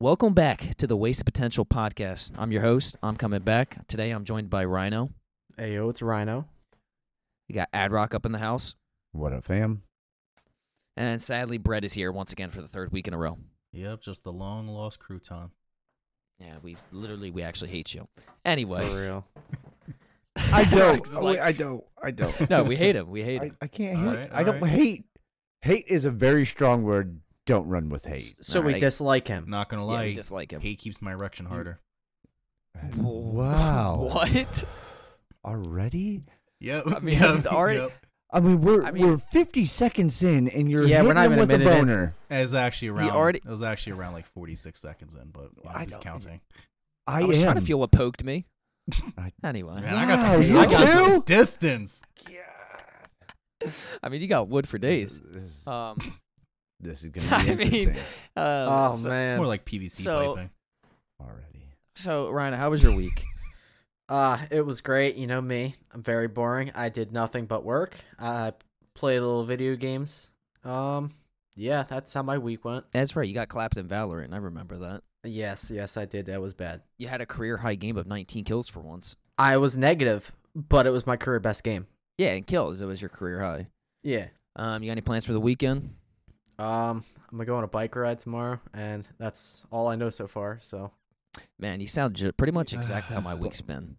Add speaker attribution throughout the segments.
Speaker 1: Welcome back to the Waste of Potential podcast. I'm your host. I'm coming back. Today I'm joined by Rhino.
Speaker 2: Hey, yo, it's Rhino.
Speaker 1: We got Adrock up in the house.
Speaker 3: What up, fam?
Speaker 1: And sadly, Brett is here once again for the third week in a row.
Speaker 4: Yep, just the long lost crouton.
Speaker 1: Yeah, we literally, we actually hate you. Anyway.
Speaker 2: For real.
Speaker 3: I don't.
Speaker 1: Adrock's
Speaker 3: Oh,
Speaker 1: like-
Speaker 3: wait, I don't. I don't.
Speaker 1: no, we hate him. We hate
Speaker 3: I,
Speaker 1: him.
Speaker 3: I can't
Speaker 4: All
Speaker 3: hate.
Speaker 4: right,
Speaker 3: I
Speaker 4: all
Speaker 3: don't
Speaker 4: right.
Speaker 3: hate. Hate is a very strong word. Don't run with hate.
Speaker 2: So
Speaker 1: Nah,
Speaker 2: we
Speaker 1: I-
Speaker 2: dislike him.
Speaker 4: Not gonna
Speaker 1: Yeah,
Speaker 4: lie,
Speaker 1: we dislike him.
Speaker 4: hate keeps my erection harder.
Speaker 3: Wow.
Speaker 1: What?
Speaker 3: Already?
Speaker 4: Yep.
Speaker 1: I mean,
Speaker 4: yep,
Speaker 1: he's already-
Speaker 4: yep.
Speaker 3: I mean, we're
Speaker 1: I mean-
Speaker 3: we're 50 seconds in, and you're
Speaker 2: Yeah,
Speaker 3: hitting
Speaker 2: we're not
Speaker 3: him
Speaker 2: even
Speaker 3: with
Speaker 2: a
Speaker 3: a
Speaker 2: minute in.
Speaker 3: boner.
Speaker 4: It was actually around.
Speaker 1: already-
Speaker 4: It was actually around like 46 seconds in, but you know,
Speaker 3: I
Speaker 4: who's
Speaker 3: don't-
Speaker 4: counting?
Speaker 3: I,
Speaker 1: I was
Speaker 3: am.
Speaker 1: trying to feel what poked me.
Speaker 3: I-
Speaker 1: anyway.
Speaker 4: Man, I got
Speaker 3: Wow,
Speaker 4: some.
Speaker 3: you
Speaker 4: I got some
Speaker 3: too?
Speaker 4: distance.
Speaker 1: I mean, you got wood for
Speaker 3: This
Speaker 1: days.
Speaker 3: is- This, is-
Speaker 1: Um,
Speaker 3: this is
Speaker 1: I
Speaker 3: gonna be
Speaker 1: mean-
Speaker 3: interesting.
Speaker 1: uh,
Speaker 2: Oh
Speaker 1: so,
Speaker 4: It's
Speaker 2: man.
Speaker 4: more like PVC
Speaker 1: So-
Speaker 4: piping.
Speaker 3: Already.
Speaker 1: so, Ryan, how was your week?
Speaker 2: Uh, it was great. You know me. I'm very boring. I did nothing but work. I played a little video games. Um, yeah, that's how my week went.
Speaker 1: That's right. You got clapped in Valorant. I remember that.
Speaker 2: Yes, yes, I did. That was bad.
Speaker 1: You had a career high game of 19 kills for once.
Speaker 2: I was negative, but it was my career best game.
Speaker 1: Yeah, and kills. It was your career high.
Speaker 2: Yeah.
Speaker 1: Um, you got any plans for the weekend?
Speaker 2: Um, I'm gonna go on a bike ride tomorrow, and that's all I know so far. So
Speaker 1: Man, you sound ju- pretty much exactly how my week's been.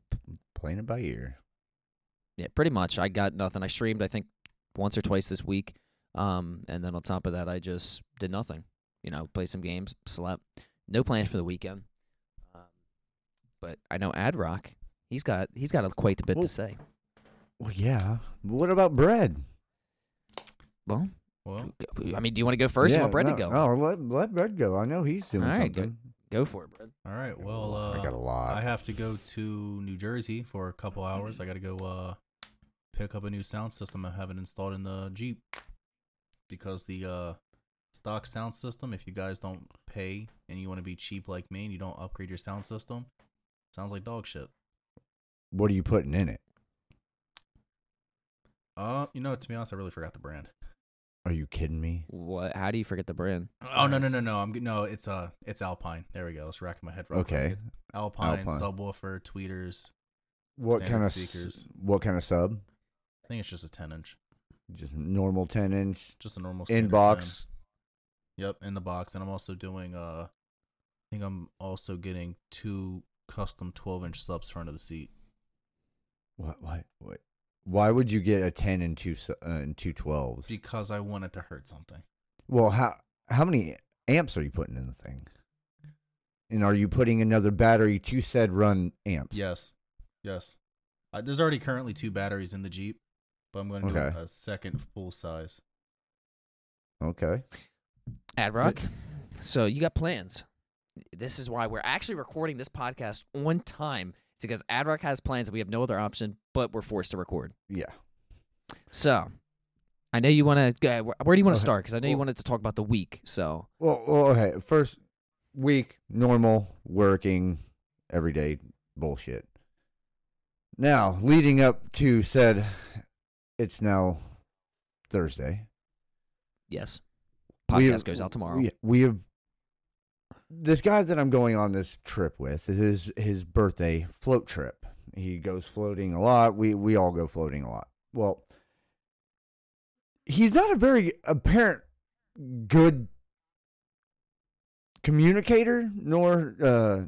Speaker 3: Playing it by ear.
Speaker 1: Yeah, pretty much. I got nothing. I streamed, I think, once or twice this week. Um, and then on top of that, I just did nothing. You know, played some games, slept. No plans for the weekend. Um, but I know Adrock. He's got he's got a, quite a bit
Speaker 3: Well-
Speaker 1: to say.
Speaker 3: Well, yeah. But What about bread?
Speaker 1: Well,
Speaker 4: Well,
Speaker 1: I mean, do you want to go first? or you
Speaker 3: Yeah,
Speaker 1: want Brett
Speaker 3: no,
Speaker 1: to go?
Speaker 3: No, let, let bread go. I know he's doing
Speaker 1: All right,
Speaker 3: something.
Speaker 1: Go for it, Brett.
Speaker 4: all right. Well, uh,
Speaker 3: I got a lot.
Speaker 4: I have to go to New Jersey for a couple hours. I got to go uh, pick up a new sound system I haven't installed in the Jeep because the uh, stock sound system, if you guys don't pay and you want to be cheap like me and you don't upgrade your sound system, sounds like dog shit.
Speaker 3: What are you putting in it?
Speaker 4: Uh, you know, to be honest, I really forgot the brand.
Speaker 3: Are you kidding me?
Speaker 1: What? How do you forget the brand?
Speaker 4: Oh no no
Speaker 2: Nice.
Speaker 4: no no! I'm g- no. It's uh, it's Alpine. There we go. It's racking my head. real quick.
Speaker 3: Okay.
Speaker 4: It's Alpine,
Speaker 3: Alpine.
Speaker 4: subwoofer, tweeters.
Speaker 3: What
Speaker 4: Standard
Speaker 3: kind of
Speaker 4: speakers.
Speaker 3: what kind of sub?
Speaker 4: I think it's just a 10 inch,
Speaker 3: Just normal 10 inch
Speaker 4: just a normal standard
Speaker 3: inbox.
Speaker 4: 10. Yep, in the box. And I'm also doing uh I think I'm also getting two custom twelve inch subs for under the seat.
Speaker 3: What what what? Why would you get a 10 and two su- uh, and two 12s?
Speaker 4: Because I want it to hurt something.
Speaker 3: well, how how many amps are you putting in the thing? And are you putting another battery to said run amps?
Speaker 4: Yes. Yes. Uh, there's already currently two batteries in the Jeep, but I'm gonna do
Speaker 3: Okay.
Speaker 4: a second full size.
Speaker 3: Okay.
Speaker 1: Adrock. So you got plans. This is why we're actually recording this podcast on time. It's because Adrock has plans and we have no other option, but we're forced to record.
Speaker 3: Yeah.
Speaker 1: So I know you want to. Uh, wh- where do you want to
Speaker 3: Okay.
Speaker 1: start? Because I know you
Speaker 3: Well-
Speaker 1: wanted to talk about the week. So
Speaker 3: Well, well, okay. First week, normal, working, everyday bullshit. Now, leading up to said, it's now Thursday.
Speaker 1: yes,
Speaker 3: We
Speaker 1: podcast
Speaker 3: have-
Speaker 1: goes out tomorrow.
Speaker 3: We, we have this guy that I'm going on this trip with. It is his birthday float trip. He goes floating a lot. We we all go floating a lot. Well, he's not a very apparent good communicator nor uh,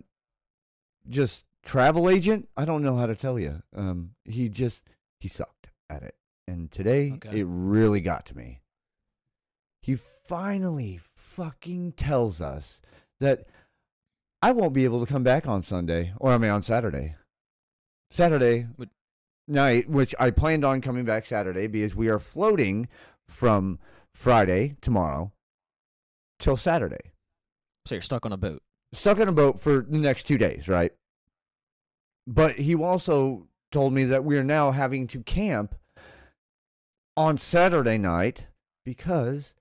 Speaker 3: just travel agent. I don't know how to tell you. Um, he just he sucked at it, and today
Speaker 1: Okay.
Speaker 3: it really got to me. He finally fucking tells us that I won't be able to come back on Sunday, or I mean on Saturday. Saturday
Speaker 1: Would-
Speaker 3: night, which I planned on coming back Saturday because we are floating from Friday tomorrow till Saturday.
Speaker 1: So you're stuck on a boat.
Speaker 3: Stuck on a boat for the next two days, right? But he also told me that we are now having to camp on Saturday night because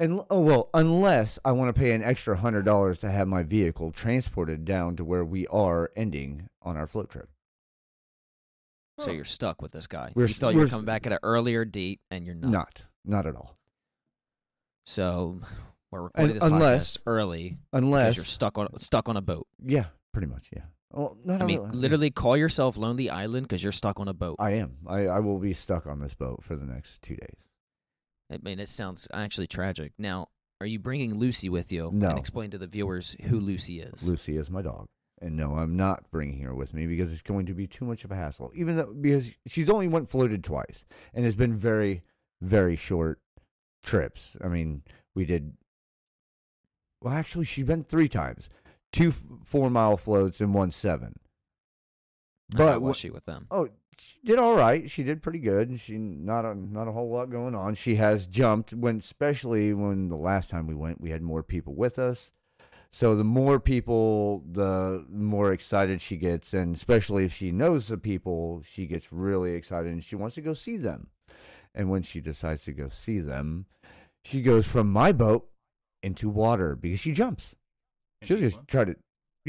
Speaker 3: And oh well, unless I want to pay an extra hundred dollars to have my vehicle transported down to where we are ending on our float trip.
Speaker 1: So you're stuck with this guy.
Speaker 3: We're
Speaker 1: you
Speaker 3: s-
Speaker 1: thought you were
Speaker 3: we're s-
Speaker 1: coming back at an earlier date, and you're not.
Speaker 3: Not, not at all.
Speaker 1: So we're recording
Speaker 3: And
Speaker 1: this
Speaker 3: unless-
Speaker 1: podcast early because
Speaker 3: Unless,
Speaker 1: you're stuck on stuck on a boat.
Speaker 3: yeah, pretty much, yeah. Well, not
Speaker 1: I mean,
Speaker 3: really.
Speaker 1: literally call yourself Lonely Island because you're stuck on a boat. I,
Speaker 3: I am. I, I will be stuck on this boat for the next two days.
Speaker 1: mean, it sounds actually tragic. Now, are you bringing Lucy with you?
Speaker 3: No.
Speaker 1: And explain to the viewers who Lucy is.
Speaker 3: Lucy is my dog. And no, I'm not bringing her with me because it's going to be too much of a hassle. Even though, because she's only went floated twice and it's been very, very short trips. I mean, we did, well, actually, she's been three times two f- four mile floats and one seven.
Speaker 1: I
Speaker 3: But
Speaker 1: was
Speaker 3: what-
Speaker 1: she with them?
Speaker 3: Oh, she did all right. She did pretty good. and She not a not a whole lot going on. She has jumped when, especially when the last time we went, we had more people with us. So the more people, the more excited she gets, and especially if she knows the people, she gets really excited and she wants to go see them. And when she decides to go see them, she goes from my boat into water because she jumps.
Speaker 4: And
Speaker 3: She'll
Speaker 4: she
Speaker 3: just
Speaker 4: swam?
Speaker 3: try to.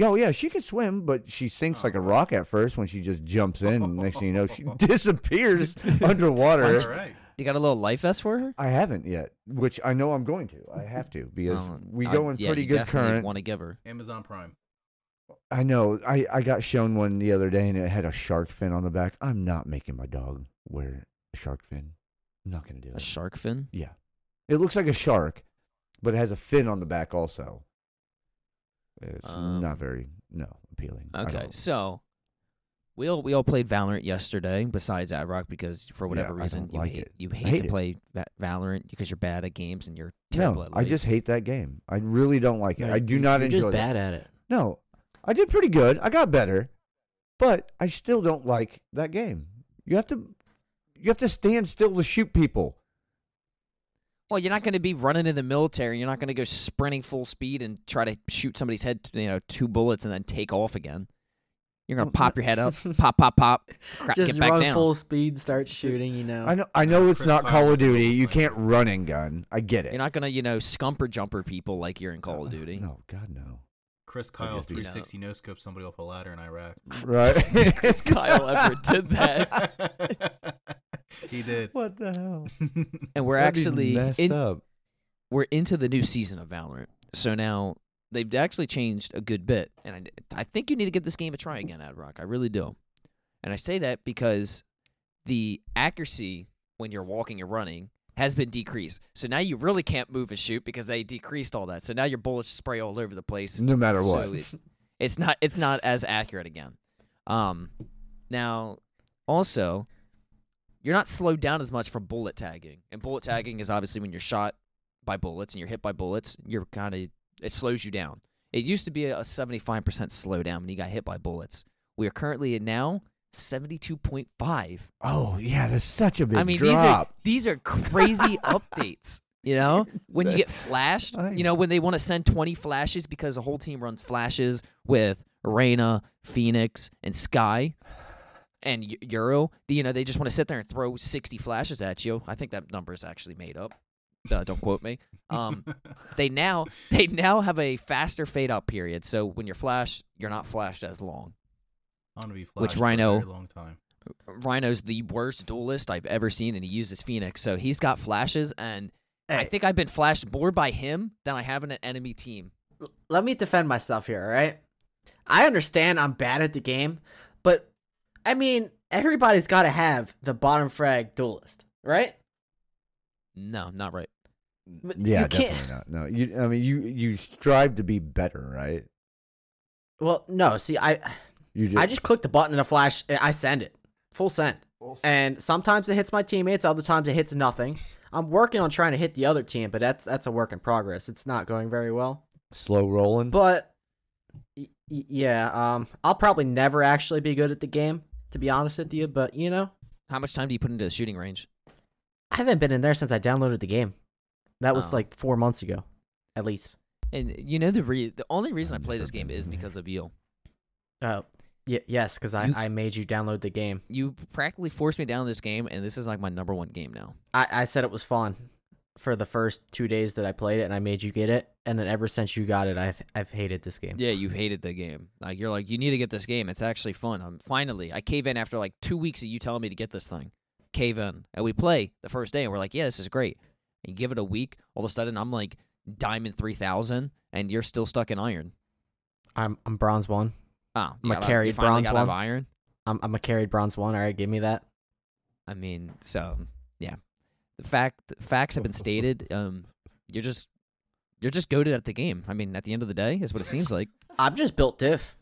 Speaker 3: Oh yeah, she could swim, but she sinks like a
Speaker 4: Oh.
Speaker 3: rock at first when she just jumps in. and next thing you know, she disappears
Speaker 1: Once-
Speaker 3: underwater.
Speaker 4: All right.
Speaker 1: You got a little life vest for her?
Speaker 3: I haven't yet, which I know I'm going to. I have to because
Speaker 1: Oh,
Speaker 3: we
Speaker 1: I-
Speaker 3: go in
Speaker 1: yeah,
Speaker 3: pretty
Speaker 1: you
Speaker 3: good
Speaker 1: definitely
Speaker 3: current.
Speaker 1: Want to give her?
Speaker 4: Amazon Prime.
Speaker 3: I know. I I got shown one the other day and it had a shark fin on the back. I'm not making my dog wear a shark fin. I'm not gonna do
Speaker 1: A
Speaker 3: it.
Speaker 1: shark fin?
Speaker 3: yeah, it looks like a shark, but it has a fin on the back also. It's
Speaker 1: Um,
Speaker 3: not very no appealing. I
Speaker 1: Okay,
Speaker 3: don't-
Speaker 1: so we all we all played Valorant yesterday. Besides Rock, because for
Speaker 3: Yeah,
Speaker 1: whatever
Speaker 3: I
Speaker 1: reason
Speaker 3: don't
Speaker 1: you
Speaker 3: like
Speaker 1: hate
Speaker 3: it.
Speaker 1: you
Speaker 3: I
Speaker 1: hate,
Speaker 3: hate
Speaker 1: to
Speaker 3: it.
Speaker 1: play Va- Valorant because you're bad at games and you're terrible
Speaker 3: No,
Speaker 1: at.
Speaker 3: I
Speaker 1: Life.
Speaker 3: just hate that game. I really don't like it.
Speaker 2: No,
Speaker 3: I do
Speaker 2: you-
Speaker 3: not
Speaker 2: you're
Speaker 3: enjoy
Speaker 2: just
Speaker 3: that.
Speaker 2: bad at it.
Speaker 3: No, I did pretty good. I got better, but I still don't like that game. You have to, you have to stand still to shoot people.
Speaker 1: well, you're not going to be running in the military. You're not going to go sprinting full speed and try to shoot somebody's head, you know, two bullets and then take off again. You're going to
Speaker 2: Well,
Speaker 1: pop
Speaker 2: no-
Speaker 1: your head up, pop, pop, pop, crap,
Speaker 2: just
Speaker 1: get back
Speaker 2: run
Speaker 1: down.
Speaker 2: full speed, start shooting. You know,
Speaker 3: I know, I
Speaker 4: Yeah,
Speaker 3: know it's
Speaker 4: Chris
Speaker 3: not
Speaker 4: Pine
Speaker 3: Call
Speaker 4: was
Speaker 3: of
Speaker 4: the
Speaker 3: Duty.
Speaker 4: oldest
Speaker 3: You
Speaker 4: sniper.
Speaker 3: can't run and gun. I get it.
Speaker 1: You're not going to, you know, scumper jumper people like you're in Call of Duty.
Speaker 3: No, God no.
Speaker 4: Chris
Speaker 3: I
Speaker 4: Kyle
Speaker 3: guess we-
Speaker 4: 360 no scope somebody off a ladder in Iraq.
Speaker 3: Right?
Speaker 1: Chris Kyle ever did that.
Speaker 4: he did.
Speaker 3: What the hell?
Speaker 1: And we're
Speaker 3: That'd be
Speaker 1: actually
Speaker 3: messed
Speaker 1: in,
Speaker 3: up.
Speaker 1: we're into the new season of Valorant. So now they've actually changed a good bit, and I, I think you need to give this game a try again, Ad Rock. I really do. And I say that because the accuracy when you're walking and running has been decreased. So now you really can't move and shoot because they decreased all that. So now your bullets spray all over the place.
Speaker 3: No matter what.
Speaker 1: So it, it's not it's not as accurate again. Um, now also you're not slowed down as much from bullet tagging, and bullet tagging is obviously when you're shot by bullets and you're hit by bullets. You're kind of it slows you down. It used to be a 75% slowdown when you got hit by bullets. We are currently at now 72.5.
Speaker 3: oh yeah, that's such a big
Speaker 1: I mean,
Speaker 3: drop.
Speaker 1: these are these are crazy updates. You know, when you get flashed,
Speaker 3: I-
Speaker 1: you know when they want to send twenty flashes because the whole team runs flashes with Reyna, Phoenix, and Sky, and Eu- Euro. You know they just want to sit there and throw sixty flashes at you. I think that number is actually made up. Uh, don't quote me. Um, they now they now have a faster fade out period. So when you're flashed, you're not flashed as long.
Speaker 4: I'm gonna be
Speaker 1: Which
Speaker 4: flashed for a
Speaker 1: Rhino-
Speaker 4: very long time.
Speaker 1: Rhino's the worst duelist I've ever seen, and he uses Phoenix. So he's got flashes, and I
Speaker 2: Hey.
Speaker 1: think I've been flashed more by him than I have in an enemy team.
Speaker 2: let me defend myself here, all right? I understand I'm bad at the game, but I mean, everybody's got to have the bottom frag duelist, right?
Speaker 1: No, not right.
Speaker 2: But
Speaker 3: Yeah,
Speaker 2: you can't.
Speaker 3: definitely not. No, you. I mean, you you strive to be better, right?
Speaker 2: Well, no, see, I
Speaker 3: You just,
Speaker 2: I just click the button in the flash, and I send it. Full send. And sometimes it hits my teammates, other times it hits nothing. I'm working on trying to hit the other team, but that's that's a work in progress. It's not going very well.
Speaker 3: slow rolling.
Speaker 2: But y- y- yeah, um I'll probably never actually be good at the game, to be honest with you, but you know,
Speaker 1: How much time do you put into the shooting range?
Speaker 2: I haven't been in there since I downloaded the game. That was
Speaker 1: Oh.
Speaker 2: like four months ago, at least.
Speaker 1: And you know the re- the only reason
Speaker 3: I've
Speaker 1: I play this
Speaker 3: never
Speaker 1: game
Speaker 3: been
Speaker 1: is
Speaker 3: in there.
Speaker 1: because of you.
Speaker 2: Oh, y- yes, because I,
Speaker 1: You-
Speaker 2: I made you download the game.
Speaker 1: You practically forced me down this game, and this is like my number one game now.
Speaker 2: I, I said it was fun. for the first two days that I played it, and I made you get it. And then ever since you got it, I've I've hated this game.
Speaker 1: Yeah, you hated the game. Like you're like, you need to get this game. It's actually fun. I'm finally I cave in after like two weeks of you telling me to get this thing. Cave in. And we play the first day and we're like, Yeah, this is great. And give it a week, all of a sudden I'm like diamond three thousand and you're still stuck in iron.
Speaker 2: I'm I'm bronze one.
Speaker 1: Oh,
Speaker 2: I'm a carried bronze
Speaker 1: got out of
Speaker 2: one.
Speaker 1: iron.
Speaker 2: I'm I'm a carried bronze one. All right, give me that.
Speaker 1: I mean, so yeah, the fact the facts have been stated. Um, you're just you're just goaded at the game. I mean, at the end of the day, is what it seems like.
Speaker 2: I'm just built diff.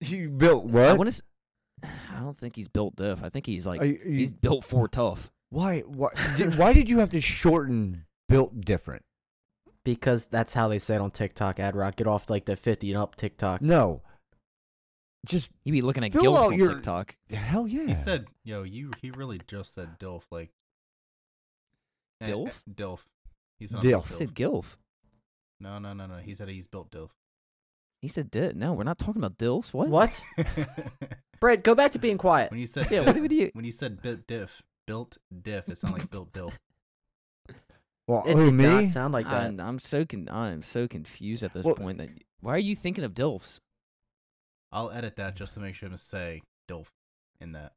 Speaker 3: You built
Speaker 1: I
Speaker 3: what?
Speaker 1: want to. I don't think he's built diff. I think he's like
Speaker 3: Are you- you-
Speaker 1: he's built for tough.
Speaker 3: why? Why did, why did you have to shorten built different?
Speaker 2: Because that's how they say it on TikTok, Ad Rock. Get off like the 50 and up TikTok.
Speaker 3: No. Just
Speaker 1: He be looking at
Speaker 3: Fill
Speaker 1: gilfs
Speaker 3: out
Speaker 1: on
Speaker 3: your-
Speaker 1: TikTok.
Speaker 3: hell yeah.
Speaker 4: He said, "Yo, you." He really just said "dilf" like eh, eh,
Speaker 1: Dilf?
Speaker 4: dilf. He's not built
Speaker 3: Dilf.
Speaker 1: He said gilf.
Speaker 4: No, no, no, no. He said he's built dilf.
Speaker 1: He said dit. No, we're not talking about dilfs. What?
Speaker 2: What? Brett, go back to being quiet.
Speaker 4: when you said
Speaker 1: Yeah.
Speaker 4: dilf-
Speaker 1: What do you?
Speaker 4: when you said built diff, built diff, it sounded like built dilf.
Speaker 3: well,
Speaker 2: It
Speaker 3: who
Speaker 2: did
Speaker 3: me?
Speaker 2: not sound like that.
Speaker 1: I'm, I'm so con- I'm so confused at this
Speaker 3: Well-
Speaker 1: point. That why are you thinking of dilfs?
Speaker 4: I'll edit that just to make sure to say dilf in that.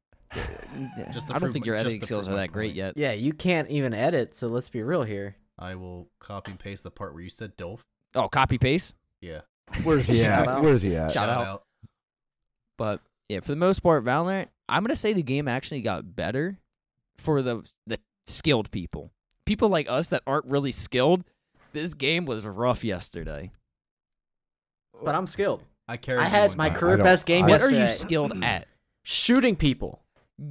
Speaker 4: Just
Speaker 1: I
Speaker 4: to
Speaker 1: don't
Speaker 4: prove
Speaker 1: think
Speaker 4: my-
Speaker 1: your
Speaker 4: just
Speaker 1: editing
Speaker 4: to
Speaker 1: skills
Speaker 4: prove
Speaker 1: are
Speaker 4: my
Speaker 1: that great
Speaker 4: point.
Speaker 1: yet.
Speaker 2: yeah, you can't even edit, so let's be real here.
Speaker 4: I will copy and paste the part where you said dilf.
Speaker 1: Oh, copy paste.
Speaker 4: Yeah.
Speaker 3: Where's he
Speaker 2: Shout
Speaker 3: at?
Speaker 2: out.
Speaker 3: Where's he at?
Speaker 1: Shout out. But yeah, for the most part, Valorant, I'm gonna say the game actually got better for the the skilled people. People like us that aren't really skilled. This game was rough yesterday.
Speaker 2: But I'm skilled.
Speaker 4: I carried.
Speaker 2: I
Speaker 4: you
Speaker 2: had
Speaker 4: one
Speaker 2: my
Speaker 4: time.
Speaker 2: career
Speaker 3: I don't-
Speaker 2: best game
Speaker 3: I-
Speaker 1: What are
Speaker 2: yesterday.
Speaker 1: you skilled at?
Speaker 2: Shooting people.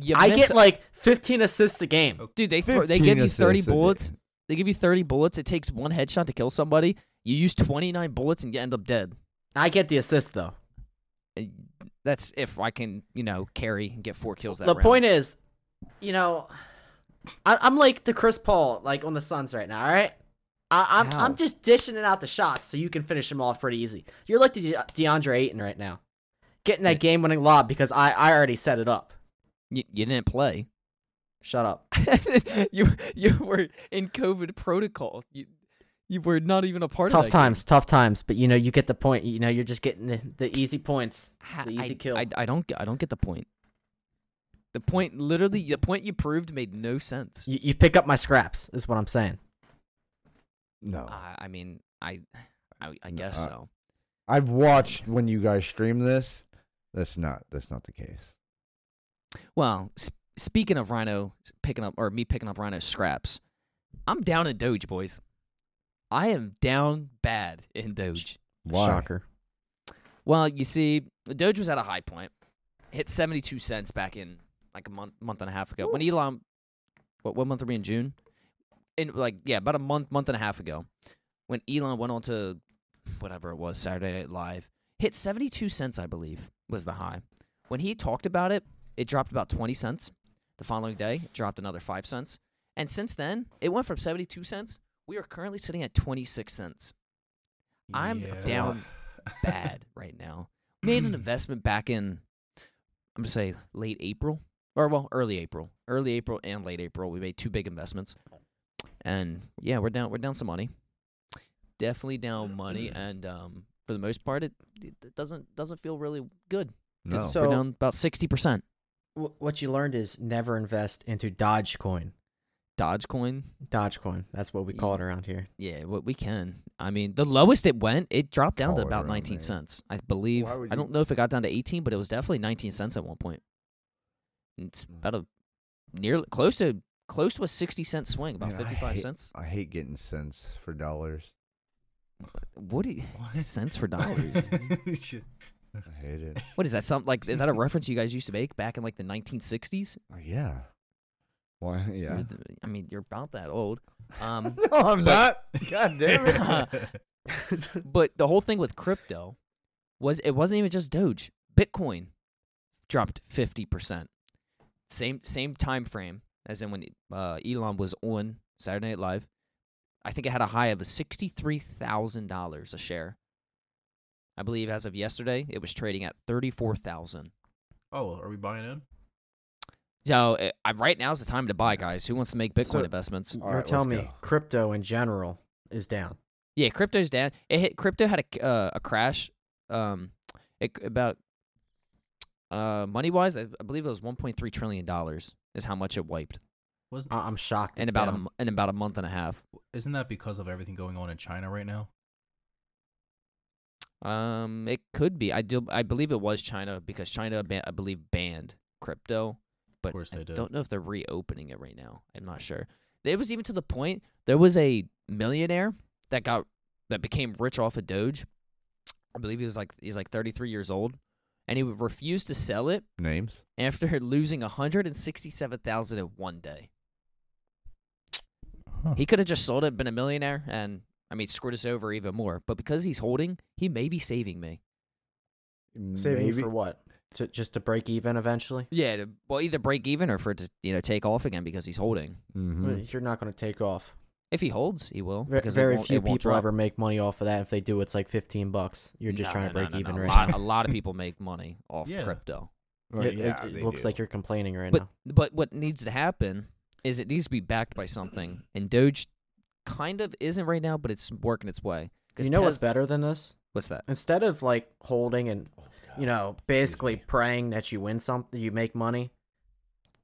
Speaker 1: You
Speaker 2: I
Speaker 1: miss-
Speaker 2: get like 15 assists a game.
Speaker 1: dude. They throw, they
Speaker 3: 15
Speaker 1: give you 30
Speaker 3: assists a game.
Speaker 1: bullets. They give you 30 bullets. It takes one headshot to kill somebody. You use 29 bullets and you end up dead.
Speaker 2: I get the assist though.
Speaker 1: And That's if I can, you know, carry and get four kills. That
Speaker 2: the
Speaker 1: round.
Speaker 2: point is, you know, I, I'm like the Chris Paul, like on the Suns right now. All right, I, I'm
Speaker 1: Ow.
Speaker 2: I'm just dishing it out the shots so you can finish them off pretty easy. You're like the De- DeAndre Ayton right now, getting
Speaker 1: Yeah.
Speaker 2: that game winning lob because I I already set it up.
Speaker 1: you, you didn't play.
Speaker 2: Shut up.
Speaker 1: you you were in COVID protocol. You you were not even a part of
Speaker 2: tough
Speaker 1: that
Speaker 2: times, tough times, but you know you get the point. You know you're just getting the, the easy points,
Speaker 1: game.
Speaker 2: the
Speaker 1: Ha-
Speaker 2: easy
Speaker 1: I,
Speaker 2: kill.
Speaker 1: I, I don't get- I don't get the point. The point literally the point you proved made no sense.
Speaker 2: you, you pick up my scraps is what I'm saying.
Speaker 3: No.
Speaker 1: I- I mean I I, I guess
Speaker 3: uh,
Speaker 1: so.
Speaker 3: I've watched when you guys stream this. That's not that's not the case.
Speaker 1: Well, sp- speaking of Rhino s- picking up or me picking up Rhino scraps, I'm down in Doge, boys. I am down bad in Doge.
Speaker 3: Why?
Speaker 2: Shocker.
Speaker 1: Well, you see, Doge was at a high point. Hit seventy two cents back in like a month month and a half ago. When Elon what what month are we in June? In like yeah, about a month, month and a half ago. When Elon went on to whatever it was, Saturday Night Live, hit seventy two cents, I believe, was the high. When he talked about it, it dropped about twenty cents. The following day, it dropped another five cents. And since then, it went from seventy two cents. We are currently sitting at twenty six cents I'm down bad right now. Made an investment back in, I'm gonna say late April or well early April, early April and late April. We made two big investments, and yeah, we're down. We're down some money. Definitely down money, and um, for the most part, it, it doesn't doesn't feel really good.
Speaker 3: No.
Speaker 2: So-
Speaker 1: we're down about sixty percent.
Speaker 2: Wh- What you learned is never invest into Dogecoin.
Speaker 1: Dogecoin,
Speaker 2: Dogecoin. That's what we call it around here.
Speaker 1: yeah, what we can. I mean, the lowest it went, it dropped down
Speaker 3: Call
Speaker 1: to
Speaker 3: it
Speaker 1: about
Speaker 3: around
Speaker 1: nineteen
Speaker 3: there.
Speaker 1: cents, I believe.
Speaker 3: Why would
Speaker 1: I don't
Speaker 3: you-
Speaker 1: know if it got down to eighteen, but it was definitely nineteen cents at one point. And It's
Speaker 3: Mm.
Speaker 1: about a nearly close to close to a sixty cent swing, about
Speaker 3: Man, I
Speaker 1: fifty five
Speaker 3: hate-
Speaker 1: cents.
Speaker 3: I hate getting cents for dollars.
Speaker 1: What do you, cents for dollars?
Speaker 3: I hate it.
Speaker 1: what is that? Something like is that a reference you guys used to make back in like the nineteen sixties?
Speaker 3: Oh, yeah. Why? Yeah.
Speaker 1: I mean, you're about that old. Um,
Speaker 3: no, I'm not. God damn it.
Speaker 1: but the whole thing with crypto was it wasn't even just Doge. Bitcoin dropped fifty percent. Same same time frame as in when uh, Elon was on Saturday Night Live. I think it had a high of sixty three thousand dollars a share. I believe as of yesterday, it was trading at thirty four thousand.
Speaker 4: oh, are we buying in?
Speaker 1: So uh, I- right now is the time to buy, guys. Who wants to make Bitcoin
Speaker 2: So-
Speaker 1: investments?
Speaker 3: All
Speaker 2: You're
Speaker 3: right,
Speaker 2: telling me
Speaker 3: let's go.
Speaker 2: crypto in general is down.
Speaker 1: Yeah, crypto's down. It hit crypto had a c- uh, a crash. Um, it, c- about uh money wise, I, I believe it was 1.3 trillion dollars is how much it wiped
Speaker 4: Was
Speaker 1: Uh,
Speaker 2: I- I'm shocked.
Speaker 1: in
Speaker 2: it's
Speaker 1: about a
Speaker 2: down.
Speaker 1: m- in about a month and a half.
Speaker 4: isn't that because of everything going on in China right now?
Speaker 1: Um, it could be. I do. I believe it was China because China, ban- I believe, banned crypto. But
Speaker 4: course
Speaker 1: I
Speaker 4: they did.
Speaker 1: don't know if they're reopening it right now. I'm not sure. It was even to the point there was a millionaire that got that became rich off of Doge. I believe he was like he's like 33 years old, and he refused to sell it
Speaker 3: Names.
Speaker 1: after losing 167,000 in one day.
Speaker 4: Huh.
Speaker 1: He could have just sold it, been a millionaire, and I mean screwed us over even more. But because he's holding, he may be saving me.
Speaker 2: saving you
Speaker 3: Maybe.
Speaker 2: for what? To just to break even eventually.
Speaker 1: Yeah, to, well, either break even or for it to you know take off again because he's holding.
Speaker 3: Mhm.
Speaker 2: You're not going to take off.
Speaker 1: If he holds, he will.
Speaker 2: Ver-
Speaker 1: Mm-hmm. because it
Speaker 2: very
Speaker 1: won't-
Speaker 2: few
Speaker 1: it won't
Speaker 2: people
Speaker 1: drop.
Speaker 2: ever make money off of that. If they do, it's like 15 bucks. You're just
Speaker 1: No,
Speaker 2: trying to
Speaker 1: no, no,
Speaker 2: break
Speaker 1: no,
Speaker 2: even
Speaker 1: no.
Speaker 2: right
Speaker 1: A lot,
Speaker 2: now.
Speaker 1: a lot of people make money off
Speaker 4: Yeah.
Speaker 1: crypto.
Speaker 3: Right,
Speaker 2: it, it-
Speaker 3: yeah,
Speaker 2: it
Speaker 3: they
Speaker 2: looks
Speaker 3: do.
Speaker 2: like you're complaining right
Speaker 1: But
Speaker 2: now.
Speaker 1: but what needs to happen is it needs to be backed by something, and Doge kind of isn't right now, but it's working its way. 'Cause
Speaker 2: You know what's
Speaker 1: Tes-
Speaker 2: better than this?
Speaker 1: what's that?
Speaker 2: Instead of like holding and you know basically
Speaker 3: me.
Speaker 2: praying that you win something, you make money.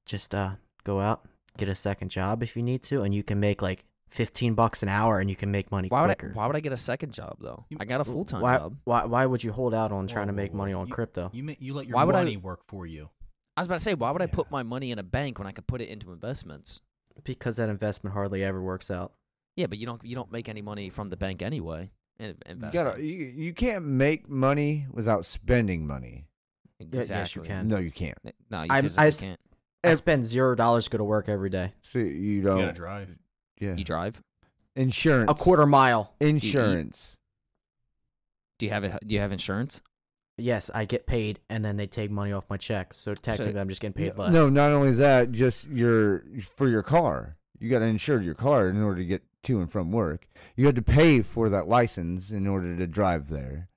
Speaker 2: Just uh, go out, get a second job if you need to, and you can make like 15 bucks an hour, and you can make money
Speaker 1: Why would I,
Speaker 2: quicker.
Speaker 1: why would I get a second job though?
Speaker 4: You-
Speaker 1: I got a full time
Speaker 2: why,
Speaker 1: job.
Speaker 2: why? Why would you hold out on trying to
Speaker 4: Whoa,
Speaker 2: make
Speaker 4: whoa,
Speaker 2: money
Speaker 4: whoa.
Speaker 2: on crypto?
Speaker 4: You ma- you let your
Speaker 1: Why would I-
Speaker 4: money work for you.
Speaker 1: I was about to say, why would I put
Speaker 3: Yeah.
Speaker 1: my money in a bank when I could put it into investments?
Speaker 2: Because that investment hardly ever works out.
Speaker 1: Yeah, but you don't you don't make any money from the bank anyway. In,
Speaker 3: You,
Speaker 1: investing.
Speaker 3: gotta, you, you can't make money without spending money.
Speaker 2: yes, you
Speaker 1: exactly.
Speaker 2: can. And-
Speaker 3: No, you can't.
Speaker 1: N- No, you
Speaker 2: I'm- I
Speaker 1: physically
Speaker 2: s-
Speaker 1: can't.
Speaker 2: I
Speaker 3: Ev-
Speaker 2: spend zero dollars to go to work every day.
Speaker 3: So you
Speaker 4: You
Speaker 3: don't.
Speaker 4: gotta drive.
Speaker 3: Yeah.
Speaker 1: You drive?
Speaker 3: Insurance.
Speaker 2: A quarter mile.
Speaker 3: Insurance.
Speaker 1: Do you have a, do you have insurance?
Speaker 2: Yes, I get paid, and then they take money off my check. So technically, I'm just getting paid less.
Speaker 3: No, not only that, just your for your car. You got to insure your car in order to get to and from work. You had to pay for that license in order to drive there.